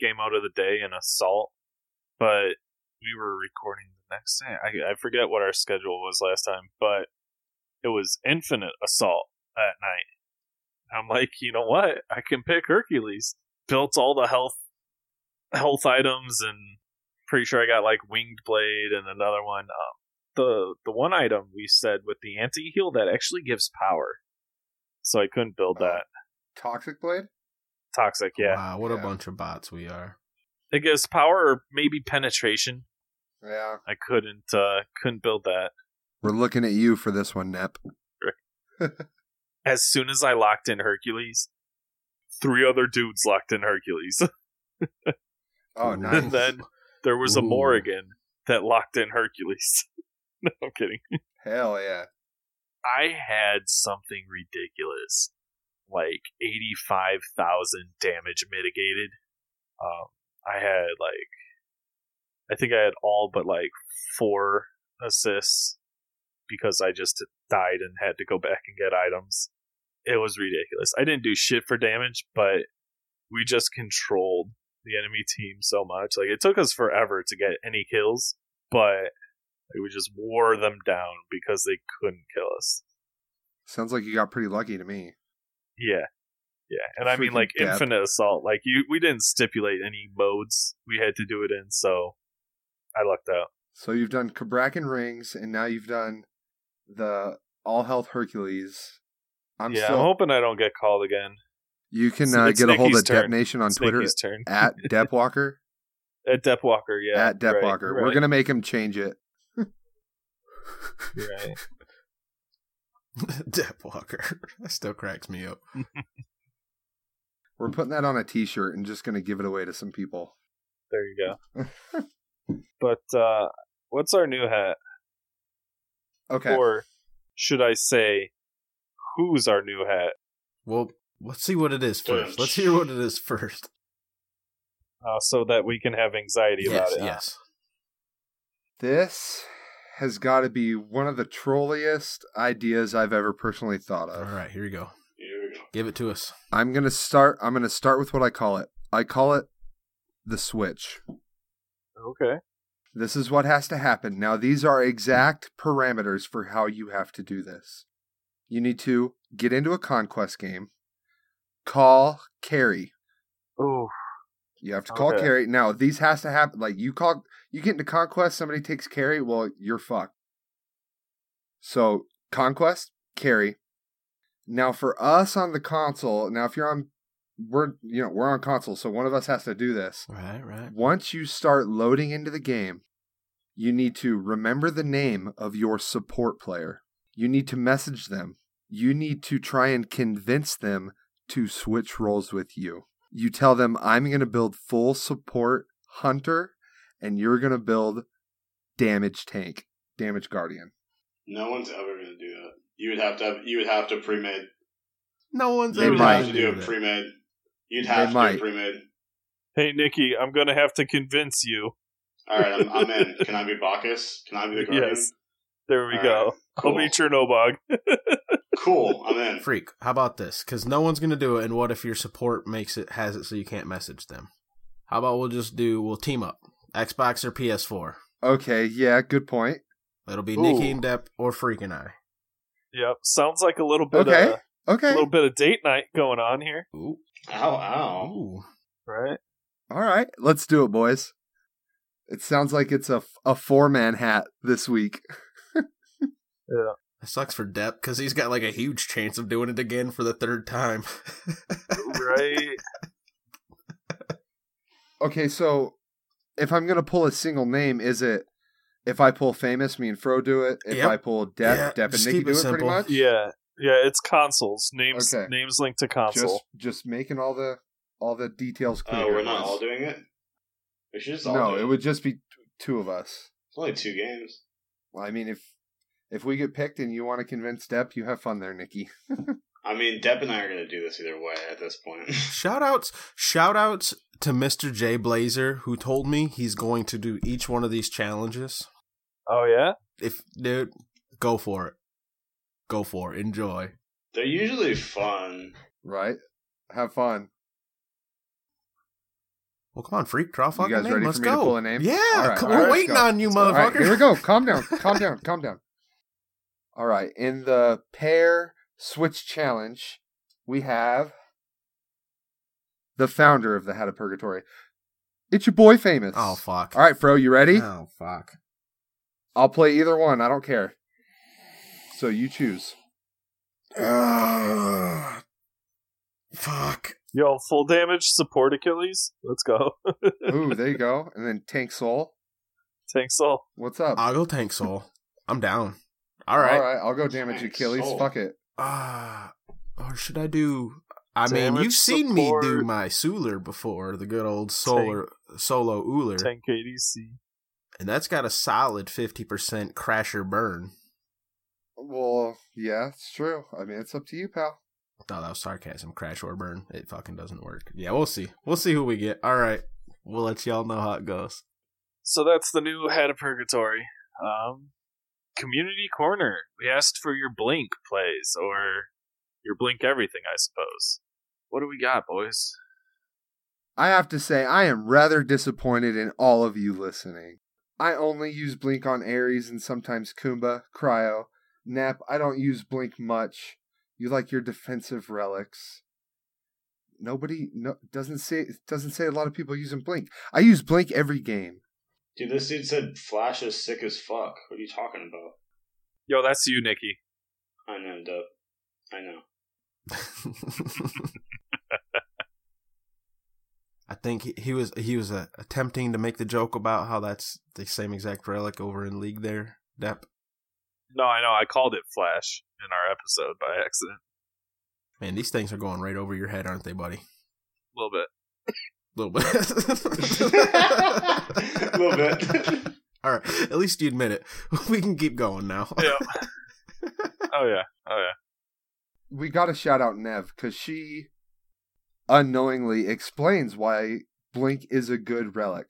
S2: game out of the day and assault. But we were recording the next day. I, I forget what our schedule was last time, but it was infinite assault at night. I'm like, you know what? I can pick Hercules. Built all the health health items and pretty sure I got like winged blade and another one. Um, the the one item we said with the anti heal that actually gives power, so I couldn't build that
S3: it. Toxic Blade?
S2: toxic. Yeah,
S5: Wow, what a
S3: Yeah.
S5: bunch of bots we are.
S2: It gives power or maybe penetration.
S3: Yeah.
S2: I couldn't uh couldn't build that.
S3: We're looking at you for this one, Nep.
S2: As soon as I locked in Hercules, three other dudes locked in Hercules. <laughs>
S3: Oh,
S5: Ooh.
S3: nice.
S2: And <laughs>
S5: <laughs>
S2: then there was a
S5: Ooh.
S2: Morrigan that locked in Hercules. <laughs> no, I'm kidding.
S3: Hell yeah.
S2: I had something ridiculous, like eighty-five thousand damage mitigated. Um, I had like, I think I had all but like four assists because I just died and had to go back and get items. It was ridiculous. I didn't do shit for damage, but we just controlled the enemy team so much. Like it took us forever to get any kills, but like, we just wore them down because they couldn't kill us.
S3: Sounds like you got pretty lucky to me.
S2: Yeah. Yeah. And I mean
S3: Freaking
S2: like
S3: depth.
S2: infinite assault. Like you we didn't stipulate any modes we had to do it in, so I lucked out.
S3: So you've done Kabrakan Rings, and now you've done the All Health Hercules. I'm
S2: yeah,
S3: still.
S2: I'm hoping I don't get called again.
S3: you can
S2: It's-
S3: uh,
S2: it's
S3: get a hold
S2: Nikki's
S3: of
S2: turn.
S3: Dep Nation on
S2: It's
S3: Twitter
S2: Nikki's turn.
S3: at Depwalker.
S2: <laughs> At Depwalker, yeah.
S3: at Depwalker.
S2: right,
S3: We're
S2: right,
S3: gonna make him change it.
S2: right.
S5: Depp Walker. <laughs> That still cracks me up.
S3: We're
S2: Mm.
S3: putting that on a T-shirt and just gonna give it away to some people.
S2: There you go.
S3: <laughs>
S2: But uh what's our new hat?
S3: okay.
S2: Or should I say who's our new hat?
S5: Well, let's see what it is first. Let's hear what it is first.
S2: uh, so that we can have anxiety about
S5: Yes,
S2: it.
S5: yes.
S3: This has got to be one of the trolliest ideas I've ever personally thought
S5: All
S2: <laughs>
S3: of.
S5: right, here we go.
S4: Here we go.
S5: Give it to us.
S3: I'm gonna start. I'm gonna start with what I call it. I call it the switch.
S2: Okay.
S3: This is what has to happen. Now, these are exact parameters for how you have to do this. You need to get into a conquest game, call carry.
S2: Oh,
S3: You have to call
S2: Okay.
S3: carry. Now, these has to happen. Like you call, you get into conquest, somebody takes carry. Well, you're fucked. So conquest carry. Now, for us on the console, now if you're on, we're you know we're on console, so one of us has to do this
S5: Right, right.
S3: once you start loading into the game, you need to remember the name of your support player. You need to message them. You need to try and convince them to switch roles with you. You tell them, I'm going to build full support hunter, and you're going to build damage tank, damage guardian.
S4: No one's ever going to do that. You would have to have, you would have to pre-med.
S5: No one's
S3: They
S4: you
S5: ever
S4: would
S3: might.
S4: have to do a
S5: that.
S4: pre-med. You'd
S3: They
S4: have to
S3: might.
S4: do a pre-med.
S2: hey Nikki, I'm gonna have to convince you.
S4: All right, I'm, I'm in. Can I be Bacchus? Can I
S2: <laughs>
S4: be the guardian?
S2: Yes. There we
S4: All
S2: go.
S4: right,
S2: I'll
S4: Cool.
S2: be Chernobog.
S4: cool. I'm in.
S5: Freak. How about this? Because no one's gonna do it. And what if your support makes it has it so you can't message them? How about we'll just do we'll team up Xbox or PS4.
S3: Okay, yeah, good point.
S5: It'll be
S2: Ooh.
S5: Nikki and Depp or Freak and I.
S2: Yep. Sounds like a little bit
S3: Okay.
S2: of a
S3: Okay.
S2: little bit of date night going on here.
S5: Ooh,
S4: Ow, ow. Oh,
S5: ooh.
S2: <laughs> Right?
S3: All right, let's do it, boys. It sounds like it's a, a four man hat this week.
S5: That sucks for Depp because he's got like a huge chance of doing it again for the third time. <laughs>
S2: Right.
S3: Okay, so if I'm gonna pull a single name, is it if I pull famous, me and Fro do it? If
S5: Yep.
S3: I pull Depp,
S5: Yeah,
S3: Depp and
S5: just
S3: Nikki
S5: keep
S3: do
S5: it
S3: it pretty
S5: simple.
S3: much?
S2: yeah. Yeah, it's consoles. Names
S3: Okay.
S2: names linked to
S3: Just
S2: console.
S3: just making all the all the details clear.
S4: Oh, we're not all doing it. We should just all
S3: No,
S4: do
S3: it would just be t- two of us.
S4: It's only two games.
S3: Well, I mean if if we get picked and you want to convince Depp, you have fun there, Nikki.
S4: I mean, Deb and I are going to do this either way at this point. <laughs>
S5: shout outs, shout outs to Mr. J Blazer who told me he's going to do each one of these challenges.
S2: oh yeah?
S5: If dude, go for it, go for it, enjoy.
S4: They're usually fun.
S3: Right? Have fun.
S5: Well, come on, freak. Draw a fucking
S3: guys
S5: name.
S3: ready
S5: Let's
S3: for me
S5: go.
S3: to pull a name?
S5: Yeah,
S3: All right,
S5: come-
S3: all
S5: we're
S3: right, let's
S5: waiting
S3: go.
S5: on you,
S3: All
S5: motherfucker.
S3: right, here we
S5: <laughs>
S3: go. Calm down. Calm down. Calm down. All right. In the pair switch challenge, we have the founder of the Hat of Purgatory. It's your boy, Famous.
S5: Oh fuck.
S3: All right, Fro, you ready?
S5: Oh
S3: <sighs>
S5: fuck.
S3: I'll play either one. I don't care. So you choose.
S5: Fuck.
S2: Yo, full damage, support Achilles. Let's go. <laughs>
S3: Ooh, there you go. And then Tank Soul.
S2: Thanks all.
S3: What's up?
S5: I'll go tank soul. I'm down. All right.
S3: All right, I'll go damage
S4: Tank
S3: Achilles.
S4: Soul.
S3: Fuck it.
S5: Ah, or should I do? I mean,
S2: Damage
S5: you've seen me do
S2: support.
S5: my Suler before, the good old solar solo Uler,
S2: Tank ADC.
S5: and that's got a solid fifty percent crasher burn.
S3: Well, yeah, it's true. I mean, it's up to you, pal.
S5: Oh, that was sarcasm. Crash or burn. It fucking doesn't work. Yeah, we'll see. We'll see who we get. All right. We'll let y'all know how it goes. <laughs>
S2: So that's the new Head of Purgatory. Um, community Corner. We asked for your Blink plays, or your Blink everything, I suppose. What do we got, boys?
S3: I have to say, I am rather disappointed in all of you listening. I only use Blink on Ares and sometimes Kumba, Cryo, Nap. I don't use Blink much. You like your defensive relics. Nobody no, doesn't say doesn't say a lot of people using Blink. I use Blink every game.
S4: Dude, this dude said Flash is sick as fuck. What are you talking about?
S2: Yo, that's you, Nikki.
S4: I know, dope. I know.
S5: I think he, he was he was uh, attempting to make the joke about how that's the same exact relic over in League there, Dep.
S2: No, I know. I called it Flash in our episode by accident.
S5: Man, these things are going right over your head, aren't they, buddy?
S2: A little bit.
S5: little bit.
S2: <laughs>
S4: A <laughs> little
S5: <laughs>
S4: bit.
S5: All right. At least you admit it. <laughs> We can keep going now.
S2: Yeah.
S3: <laughs>
S2: oh, yeah. Oh, yeah.
S3: we got to shout out Nev because she unknowingly explains why Blink is a good relic.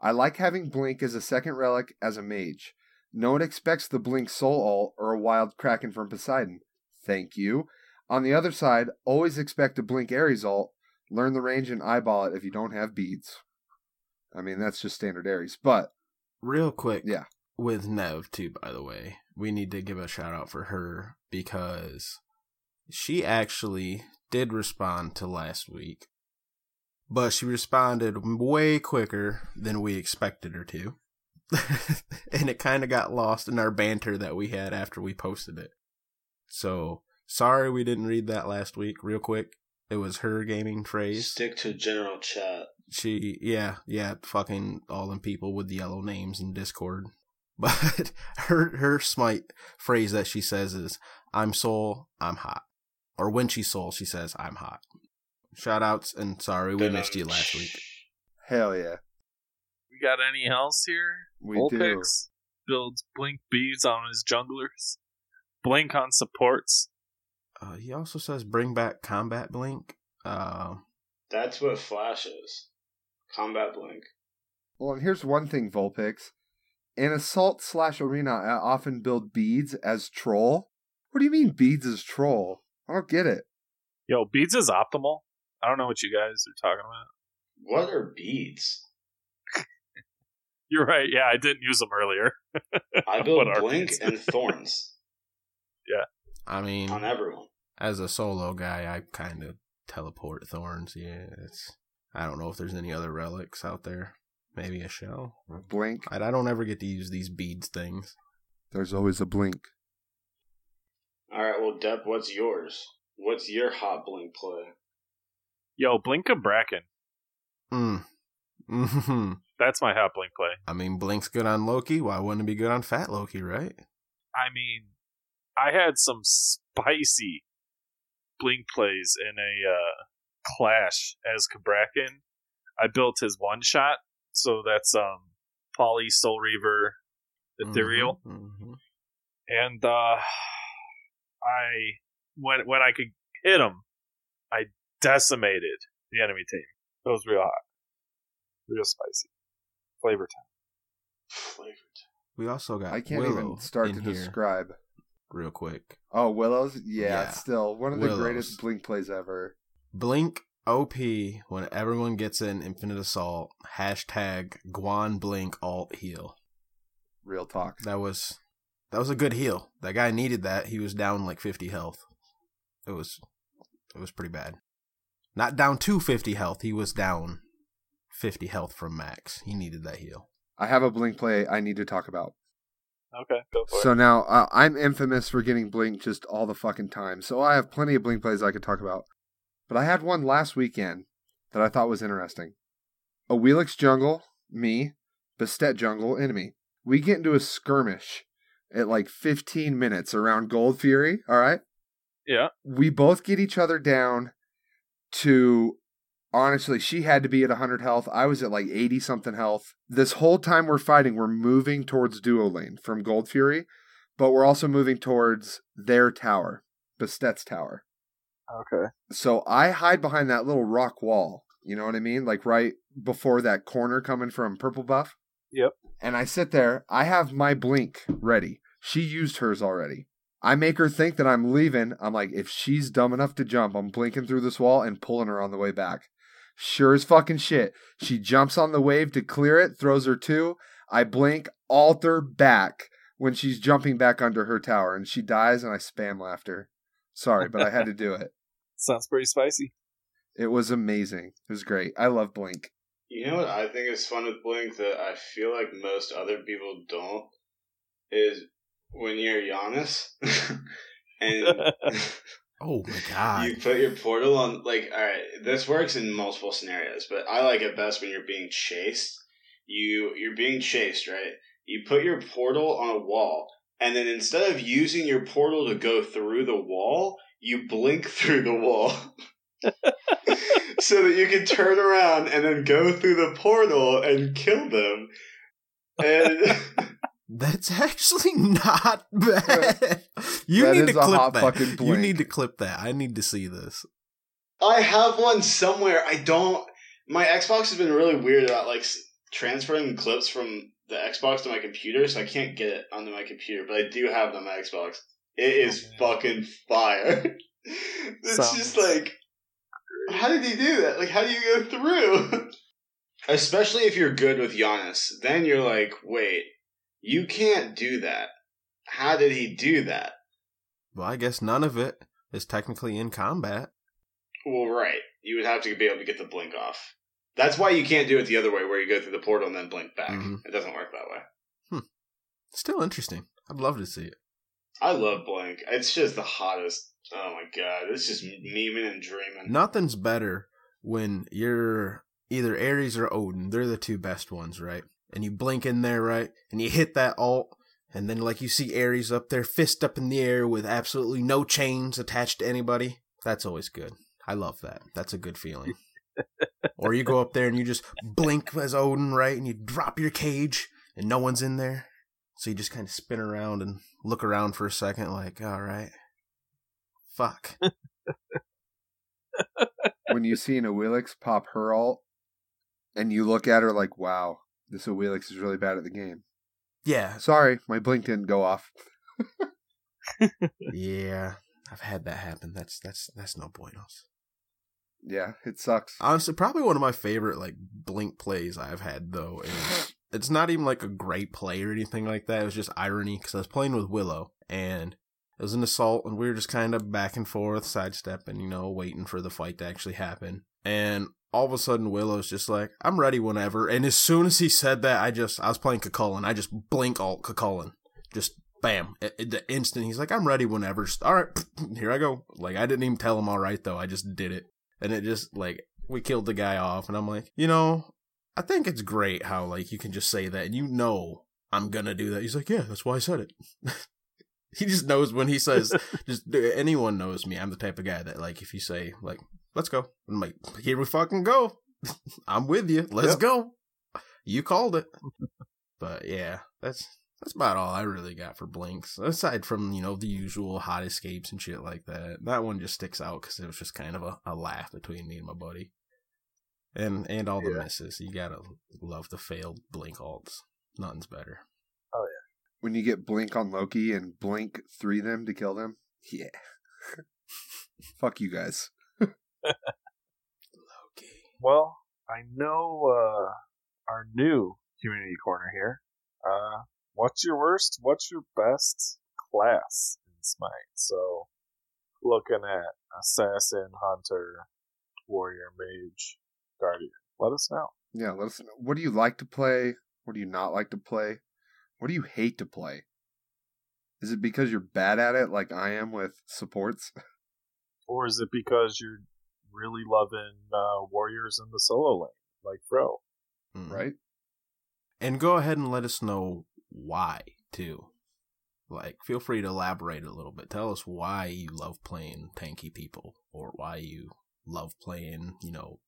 S3: I like having Blink as a second relic as a mage. No one expects the Blink Soul Alt or a Wild Kraken from Poseidon. Thank you. On the other side, always expect a Blink Ares Alt. Learn the range and eyeball it if you don't have beads. I mean, that's just standard Ares. But
S5: Real quick.
S3: Yeah.
S5: With Nev too, by the way. We need to give a shout out for her because she actually did respond to last week. But she responded way quicker than we expected her to. <laughs> and it kind of got lost in our banter that we had after we posted it. So, sorry we didn't read that last week real quick. It was her gaming phrase.
S4: Stick to general chat.
S5: She, yeah, yeah, fucking all them people with the yellow names in Discord. <laughs> But her her smite phrase that she says is "I'm soul, I'm hot," or when she's soul, she says "I'm hot." Shout outs and sorry we missed you last week.
S3: hell yeah,
S2: We got any else here?
S3: we do.
S2: Vulpix builds blink beads on his junglers, blink on supports.
S5: Uh, he also says "Bring back combat blink." Uh,
S4: That's what Flash is. Combat Blink.
S3: Well, and here's one thing, Vulpix. In Assault slash Arena, I often build beads as troll. What do you mean beads as troll? I don't get it.
S2: Yo, beads is optimal. I don't know what you guys are talking about.
S4: What are
S2: <laughs>
S4: beads?
S2: You're right. Yeah, I didn't use them earlier.
S4: I build
S2: What are
S4: Blink
S2: beads?
S4: and
S5: <laughs>
S4: Thorns
S5: I mean,
S4: on everyone.
S5: as a solo guy, I kind of teleport thorns. Yeah, it's, I don't know if there's any other relics out there. Maybe a shell.
S3: Blink.
S5: I, I don't ever get to use these beads things.
S3: There's always a blink.
S4: All right, well, Depp, what's yours? What's your hot Blink play? <sighs>
S2: Yo, blink and bracken.
S5: Mm. hmm
S2: That's my hot blink play.
S5: I mean, Blink's good on Loki. Why wouldn't it be good on Fat Loki, right?
S2: I mean, I had some spicy blink plays in a uh, clash as Kabrakin. I built his one shot, so that's um Poly Soul Reaver Ethereal.
S5: Mhm.
S2: and uh, I when when I could hit him, I decimated the enemy team. It was real hot, real spicy, flavor time.
S4: Flavor.
S5: We also got
S3: I can't
S5: Willow
S3: even start
S5: in
S3: to
S5: here
S3: describe.
S5: real quick.
S3: Oh, Willows? Yeah,
S5: Yeah.
S3: it's still one of the
S5: Willows.
S3: greatest blink plays ever.
S5: Blink OP when everyone gets in Infinite Assault. Hashtag Guan Blink Alt Heal.
S3: Real talk.
S5: That was that was a good heal. That guy needed that. He was down like 50 health. It was it was pretty bad. Not down to 50 health. He was down 50 health from max. He needed that heal.
S3: I have a blink play I need to talk about.
S2: Okay, go for
S3: So
S2: it.
S3: now uh, I'm infamous for getting blink just all the fucking time. So I have plenty of blink plays I could talk about. But I had one last weekend that I thought was interesting. A Wheelix jungle, me, Bastet jungle, enemy. We get into a skirmish at like 15 minutes around Gold Fury, all right?
S2: Yeah.
S3: we both get each other down to honestly she had to be at 100 health i was at like 80 something health this whole time we're fighting we're moving towards duo lane from gold fury but we're also moving towards their tower bastet's tower
S2: Okay.
S3: so i hide behind that little rock wall you know what i mean like right before that corner coming from purple buff
S2: Yep.
S3: and i sit there i have my blink ready she used hers already I make her think that I'm leaving. I'm like, if she's dumb enough to jump, I'm blinking through this wall and pulling her on the way back. Sure as fucking shit. She jumps on the wave to clear it, throws her two. I blink, alter back when she's jumping back under her tower, and she dies, and I spam laughter. Sorry, but I had to do it.
S2: Sounds pretty spicy. <laughs>
S3: It was amazing. It was great. I love Blink.
S4: You know what I think is fun with Blink that I feel like most other people don't is when you're Giannis <laughs>
S2: <laughs>
S4: and
S5: Oh my god.
S4: you put your portal on. Like, all right, this works in multiple scenarios, but I like it best when you're being chased. You you're being chased, right? You put your portal on a wall, and then instead of using your portal to go through the wall, you blink <laughs> through the wall. so that you can turn around and then go through the portal and kill them. And <laughs>
S5: That's actually not <laughs> bad. You
S3: That
S5: need
S3: is
S5: to
S3: a
S5: clip
S3: hot
S5: that.
S3: fucking
S5: You
S3: blink.
S5: need to clip that. I need to see this.
S4: I have one somewhere. I don't. My Xbox has been really weird about like s- transferring clips from the Xbox to my computer, so I can't get it onto my computer. But I do have it on my Xbox. It is fucking fire. <laughs> it's
S2: Sounds-
S4: just like, how did he do that? Like, how do you go through? <laughs> Especially if you're good with Giannis, then you're like, wait, you can't do that. How did he do that?
S5: Well, I guess none of it is technically in combat.
S4: Well, right. You would have to be able to get the blink off. That's why you can't do it the other way, where you go through the portal and then blink back.
S5: Mhm.
S4: It doesn't work that way.
S5: Still interesting. I'd love to see it.
S4: I love blink. It's just the hottest. Oh my god, it's just memeing and dreaming.
S5: Nothing's better when you're either Ares or Odin. They're the two best ones, right? And you blink in there, right? And you hit that alt, and then like you see Ares up there, fist up in the air with absolutely no chains attached to anybody. That's always good. I love that. That's a good feeling. or you go up there and you just blink as Odin, right? And you drop your cage, and no one's in there. So you just kind of spin around and look around for a second, like, all right, fuck.
S3: When you see an Awilix pop her alt, and you look at her like, wow, this Awilix is really bad at the game.
S5: Yeah,
S3: Sorry, my Blink didn't go off.
S5: Yeah, I've had that happen. That's that's that's no buenos.
S3: Yeah, it sucks.
S5: Honestly, probably one of my favorite like blink plays I've had though. And it's not even like a great play or anything like that. It was just irony because I was playing with Willow and it was an assault, and we were just kind of back and forth, sidestepping, you know, waiting for the fight to actually happen. And all of a sudden, Willow's just like, "I'm ready whenever." And as soon as he said that, I just I was playing Cacullen. I just blink alt Cacullen, just bam I- I- the instant he's like i'm ready whenever Just, all right <laughs> here i go like i didn't even tell him all right though i just did it and it just like we killed the guy off and i'm like you know i think it's great how like you can just say that and you know i'm gonna do that he's like yeah that's why i said it <laughs> he just knows when he says just uh, anyone knows me i'm the type of guy that like if you say like let's go i'm like here we fucking go <laughs> i'm with you let's
S3: Yep.
S5: go you called it but yeah that's that's about all I really got for blinks. Aside from, you know, the usual hot escapes and shit like that. That one just sticks out because it was just kind of a, a laugh between me and my buddy. And and all the
S2: Yeah.
S5: misses. You gotta love the failed blink alts. Nothing's better.
S3: when you get blink on Loki and blink three them to kill them. Yeah. <laughs> Fuck you guys.
S5: Okay.
S2: Well, I know uh, our new community corner here. Uh, what's your worst? What's your best class in Smite? So, looking at assassin, hunter, warrior, mage, guardian. Let us know.
S3: Yeah, let us know. What do you like to play? What do you not like to play? What do you hate to play? Is it because you're bad at it like I am with supports?
S2: Or is it because you're really loving uh, Warriors in the solo lane, like bro.
S5: Mm.
S3: right?
S5: And go ahead and let us know why too. Like, feel free to elaborate a little bit. Tell us why you love playing tanky people, or why you love playing, you know,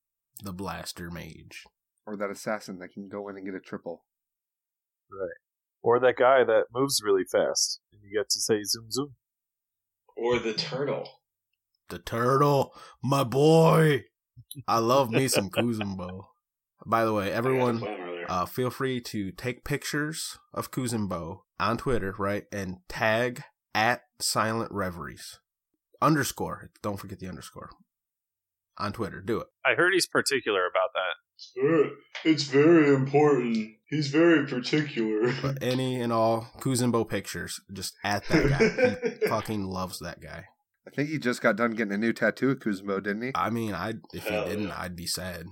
S5: the blaster mage.
S3: Or that assassin that can go in and get a triple.
S2: Or that guy that moves really fast, and you get to say zoom zoom.
S4: Or the turtle.
S5: The turtle, my boy. I love me some Kuzumbo. By the way,
S4: I
S5: everyone,
S4: got to play him earlier.
S5: uh, feel free to take pictures of Kuzumbo on Twitter, right? And tag at Silent Reveries. Underscore. Don't forget the underscore. On Twitter. Do it.
S2: I heard he's particular about that.
S4: It's very important. He's very particular.
S5: But any and all Kuzumbo pictures, just at that guy.
S4: <laughs>
S5: he fucking loves that guy.
S3: I think he just got done getting a new tattoo of Kuzumbo, didn't he?
S5: I mean, I if he
S4: Hell
S5: didn't,
S4: yeah.
S5: I'd be sad.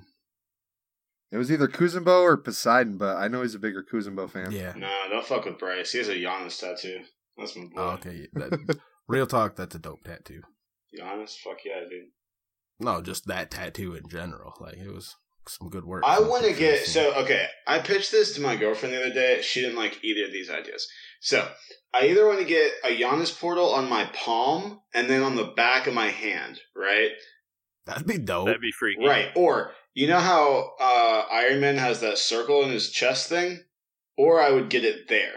S3: It was either Kuzumbo or Poseidon, but I know he's a bigger Kuzumbo fan.
S5: Yeah.
S4: nah, don't fuck with Bryce. He has a Giannis tattoo. That's my boy. <laughs>
S5: Oh, okay. That- real talk, that's a dope tattoo.
S4: Giannis, fuck yeah, dude.
S5: No, just that tattoo in general. Like it was some good work.
S4: I
S5: Some
S4: want to
S5: pictures
S4: get
S5: and-
S4: so okay. I pitched this to my girlfriend the other day. She didn't like either of these ideas. So I either want to get a Giannis portal on my palm and then on the back of my hand, right?
S5: that'd be dope.
S2: That'd be freaky.
S4: Oh, Right. Or you know how uh, Iron Man has that circle in his chest thing, or I would get it there,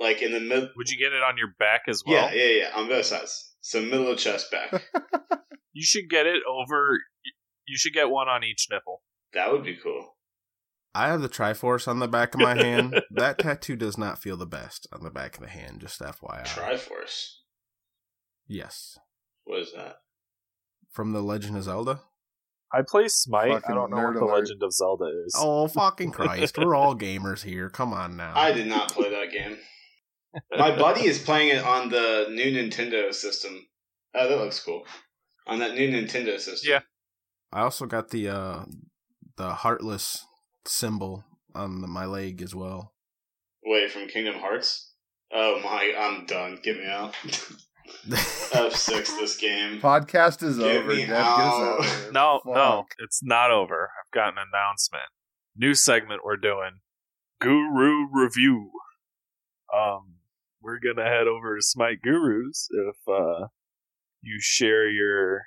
S4: like in the middle.
S2: Would you get it on your back as well?
S4: Yeah, yeah, yeah. On both sides. So middle of chest back.
S2: You should get it over. You should get one on each nipple.
S4: that would be cool.
S5: I have the Triforce on the back of my hand. that tattoo does not feel the best on the back of the hand. Just FYI.
S4: Triforce. uh,
S5: Yes,
S4: What is that?
S5: from the Legend of Zelda.
S2: I play Smite. I
S3: Fucking
S2: don't know what
S3: nerd
S2: The
S3: alert.
S2: Legend of Zelda is.
S5: Oh fucking Christ! We're all gamers here. Come on now.
S4: I did not play that game. My buddy is playing it on the new Nintendo system. Oh, that looks cool. On that new Nintendo system.
S2: Yeah.
S5: I also got the uh the heartless symbol on the, my leg as well.
S4: Wait, from Kingdom Hearts? Oh my, I'm done. Get me out. <laughs> Uh, F6 this game.
S3: Podcast is
S4: Get
S3: over.
S4: me
S3: Deb, get us out
S4: out.
S3: of <laughs> here.
S2: No, no,
S3: Fuck.
S2: it's not over. I've got an announcement. New segment we're doing. Guru review. Um, we're gonna head over to Smite Gurus if uh, you share your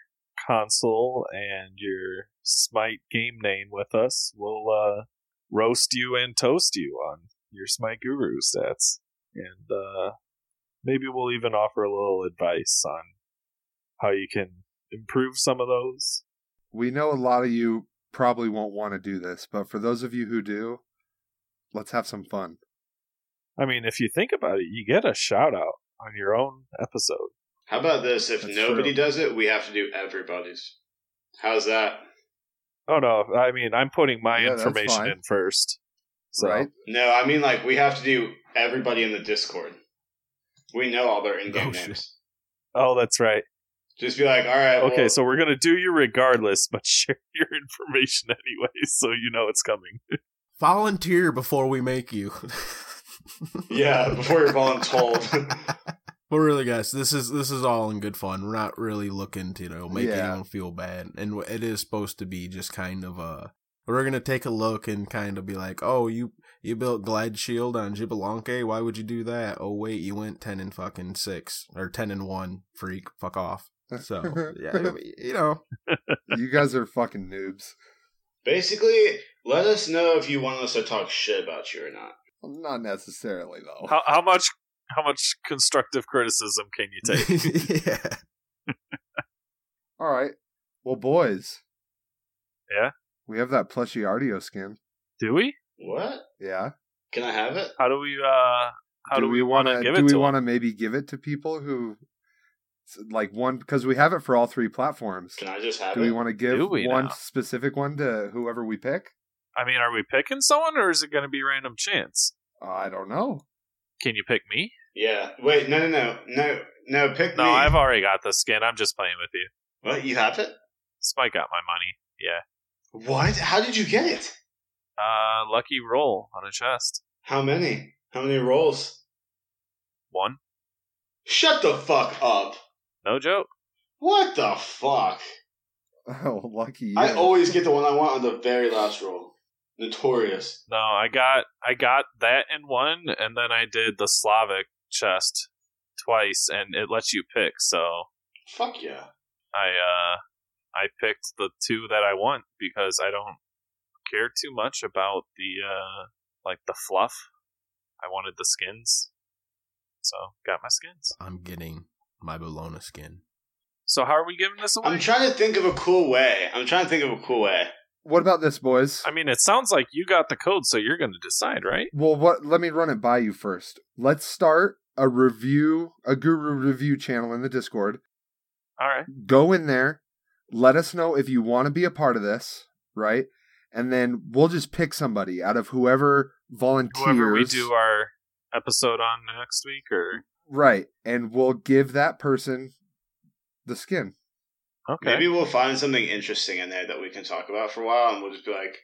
S2: console and your Smite game name with us. We'll uh, roast you and toast you on your Smite Guru stats, and uh, maybe we'll even offer a little advice on how you can improve some of those.
S3: We know a lot of you probably won't want to do this, but for those of you who do, let's have some fun.
S2: I mean, if you think about it, you get a shout out on your own episode.
S4: How about this? If
S3: That's
S4: nobody
S3: true.
S4: does it, we have to do everybody's. How's that?
S2: Oh no, I mean, I'm putting my
S3: Yeah, that's
S2: information
S3: fine.
S2: in first. So
S3: Right?
S4: No, I mean, like, we have to do everybody in the Discord. We know all their in game
S5: Oh, shit.
S4: names.
S2: Oh, that's right.
S4: Just be like, all right,
S2: Okay,
S4: well-
S2: so we're gonna do you regardless, <laughs> but share your information anyway, so you know it's coming.
S5: <laughs> Volunteer before we make you. <laughs>
S4: Yeah, before you're voluntold.
S5: But really, guys, this is this is all in good fun. We're not really looking to you know make
S3: Yeah.
S5: anyone feel bad, and w- it is supposed to be just kind of uh We're gonna take a look and kind of be like, oh, you you built Glide Shield on Jibalanke. Why would you do that? Oh wait, you went ten and fucking six or ten and one. Freak, fuck off. So yeah, I mean,
S4: <laughs>
S5: you know,
S3: you guys are fucking noobs.
S4: Basically, let us know if you want us to talk shit about you or not.
S3: Well, not necessarily, though.
S2: How, how much? How much constructive criticism can you
S5: <laughs>
S3: <laughs>
S2: take?
S5: yeah.
S3: All right. Well, boys.
S2: Yeah?
S3: We have that plushy Ardeo skin.
S2: do we?
S4: What?
S3: Yeah.
S4: Can I have it?
S2: How do we? uh How do, we want to give
S3: do
S2: it
S3: we
S2: to?
S3: want
S2: Wanna...
S3: to maybe give it to people who like one because we have it for all three platforms.
S4: Can I just have
S3: Do
S4: it?
S3: we want to give
S2: Do we
S3: one
S2: now?
S3: specific one to whoever we pick?
S2: I mean, are we picking someone, or is it going to be random chance?
S3: I don't know. <laughs>
S2: Can you pick me?
S4: yeah. Wait, no, no, no. No, no, pick
S2: No,
S4: me.
S2: I've already got the skin. I'm just playing with you.
S4: What? You have it?
S2: Spike got my money. Yeah.
S4: What? How did you get it?
S2: Uh, lucky roll on a chest.
S4: How many? How many rolls?
S2: One.
S4: Shut the fuck up.
S2: No joke.
S4: What the fuck?
S3: Oh, lucky you.
S4: I always get the one I want on the very last roll. Notorious.
S2: No, I got I got that in one, and then I did the Slavic chest twice, and it lets you pick. So
S4: Fuck yeah.
S2: I uh I picked the two that I want because I don't care too much about the uh like the fluff. I wanted the skins. So got my skins.
S5: I'm getting my Bologna skin.
S2: So how are we giving this away?
S4: I'm trying to think of a cool way. I'm trying to think of a cool way.
S3: What about this, boys?
S2: I mean it sounds like you got the code, so you're gonna decide, right?
S3: Well, what? Let me run it by you first. Let's start a review, a guru review channel in the Discord.
S2: Alright.
S3: Go in there. Let us know if you want to be a part of this, right? And then we'll just pick somebody out of whoever volunteers.
S2: Whoever we do our episode on next week or
S3: right, and we'll give that person the skin.
S2: Okay.
S4: Maybe we'll find something interesting in there that we can talk about for a while, and we'll just be like,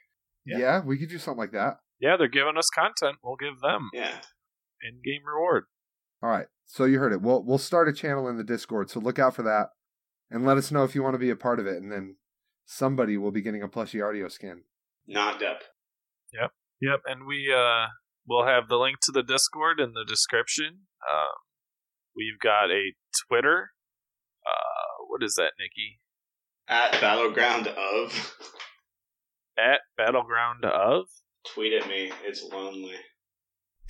S3: Yeah.
S2: Yeah.
S3: we could do something like that.
S2: Yeah, they're giving us content. We'll give them
S4: yeah,
S2: in game reward.
S3: All right. So you heard it. We'll we'll start a channel in the Discord. So look out for that, and let us know if you want to be a part of it. And then somebody will be getting a plushie audio skin.
S4: not depth.
S2: Yep, and we uh we'll have the link to the Discord in the description. Um, we've got a Twitter. Uh, what is that, Nikki?
S4: At Battleground of. <laughs>
S2: At Battleground of.
S4: Tweet at me. It's lonely.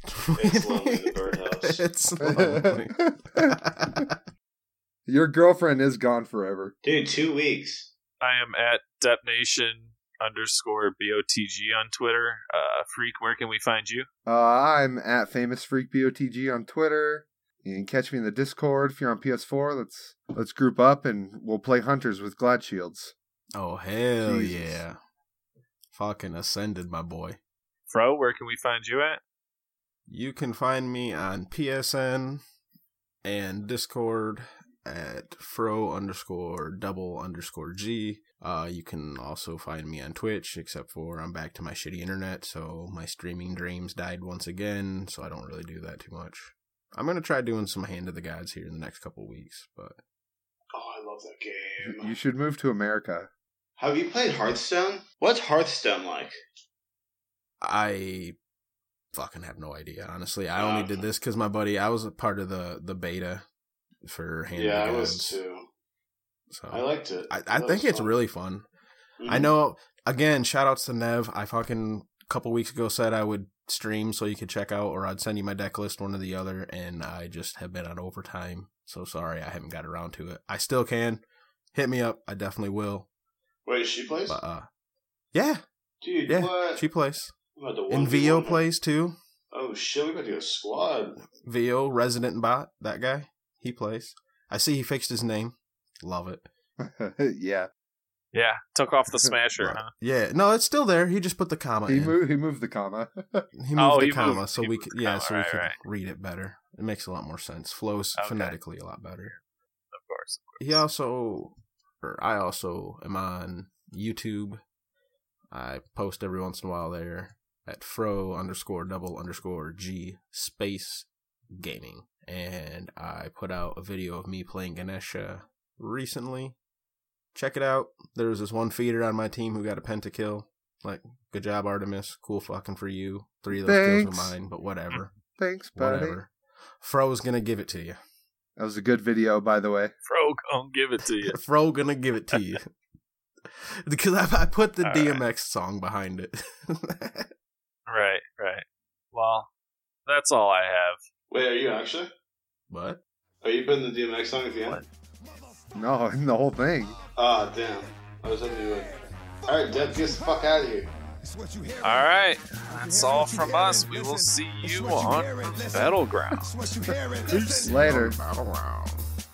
S4: It's lonely in the birdhouse.
S5: <laughs>
S3: <laughs>
S5: It's lonely.
S3: Your girlfriend is gone forever.
S4: Dude, two weeks.
S2: I am at Depnation underscore botg on Twitter. Uh, Freak, where can we find you?
S3: Uh, I'm at famous freak botg on Twitter. You can catch me in the Discord if you're on PS4. Let's let's group up and we'll play hunters with glad shields.
S5: oh hell
S3: Jesus.
S5: yeah! Fucking ascended, my boy.
S2: Fro, where can we find you at?
S5: You can find me on PSN and Discord at fro underscore double underscore g. Uh, you can also find me on Twitch, except for I'm back to my shitty internet, so my streaming dreams died once again, so I don't really do that too much. I'm gonna try doing some Hand of the Gods here in the next couple weeks, but
S4: Oh, I love that
S3: You-
S4: game.
S3: You should move to America. <laughs>
S4: Have you played Hearthstone? What's Hearthstone like?
S5: I fucking have no idea. Honestly, I only
S4: Um,
S5: did this because my buddy. I was a part of the the beta for Hand
S4: yeah,
S5: of
S4: I
S5: the
S4: was
S5: Gods.
S4: too.
S5: So
S4: I liked it.
S5: Oh. I, I
S4: That
S5: think
S4: was
S5: it's
S4: fun.
S5: really fun.
S4: Mhm.
S5: I know. Again, shout outs to Nev. I fucking couple weeks ago said I would stream so you could check out, or I'd send you my deck list, one or the other, and I just have been on overtime. So sorry, I haven't got around to it. I still can. Hit me up. I definitely will.
S4: Wait, she plays?
S5: But uh, yeah,
S4: Dude,
S5: yeah,
S4: what?
S5: she plays
S4: I'm about to
S5: and
S4: 1v1
S5: Vo
S4: her.
S5: plays too.
S4: Oh shit, we got to do a squad.
S5: VO resident bot, that guy, he plays. I see he fixed his name. Love it.
S3: yeah,
S2: Yeah, took off <laughs> the smasher,
S5: Love it.
S2: huh?
S5: Yeah, no, it's still there. He just put the comma
S3: he
S5: in.
S3: moved. He moved the comma. <laughs>
S5: He moved
S2: Oh,
S5: the
S2: he
S5: comma
S2: moved-
S5: so
S2: he
S5: we
S2: moved
S5: could
S2: the
S5: yeah,
S2: comma,
S5: so we
S2: right,
S5: could
S2: right.
S5: read it better. It makes a lot more sense. Flows
S2: Okay.
S5: phonetically a lot better.
S2: Of course.
S5: He also or I also am on YouTube. I post every once in a while there at fro underscore double underscore g space gaming. And I put out a video of me playing Ganesha recently. Check it out. There was this one feeder on my team who got a pentakill. Like, good job, Artemis. Cool fucking for you. Three of those kills
S3: Thanks.
S5: were mine, but whatever.
S3: Thanks, buddy.
S5: Whatever. Fro's gonna give it to you.
S3: That was a good video, by the way.
S2: Fro, gonna give it to you.
S5: Fro gonna give it to you <laughs> because I, I put the
S2: All right.
S5: DMX song behind it. <laughs>
S2: right, right. Well, that's all I have.
S4: Wait, are you actually?
S5: what?
S4: Are you putting the DMX song at the
S2: What?
S4: end?
S3: No, and the whole thing.
S4: Ah, damn. I was hoping you would. Alright, Deb, get the fuck out of here.
S2: All right, that's all from us. We will see you on Battleground.
S3: Later.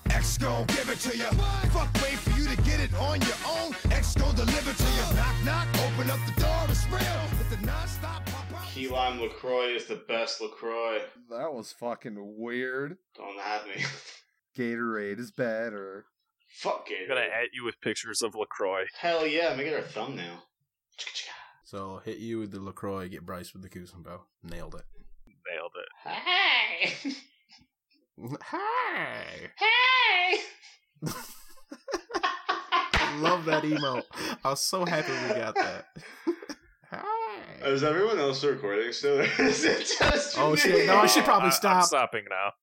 S6: X gon' give it to you. Fuck wait for you to get it on your own. X gon' deliver to you. Knock knock, open up the door. It's real with the non-stop pop out.
S4: Key lime LaCroix is the best LaCroix.
S3: That was fucking weird.
S4: Don't have me. <laughs>
S3: Gatorade is better.
S4: fuck
S2: I'm
S4: it.
S2: gonna at you with pictures of Lacroix.
S4: Hell yeah, make it our thumbnail.
S5: So hit you with the Lacroix, get Bryce with the Kuzumbo. Nailed it.
S2: Nailed it.
S4: Hey!
S5: <laughs> Hi.
S4: <laughs> Hey!
S5: love that emote. I was so happy we got that. <laughs> Hi.
S4: <laughs> Is everyone else recording still? Is it just
S5: Oh,
S4: me?
S5: shit, no, I should probably
S2: I'm
S5: stop.
S2: stopping now.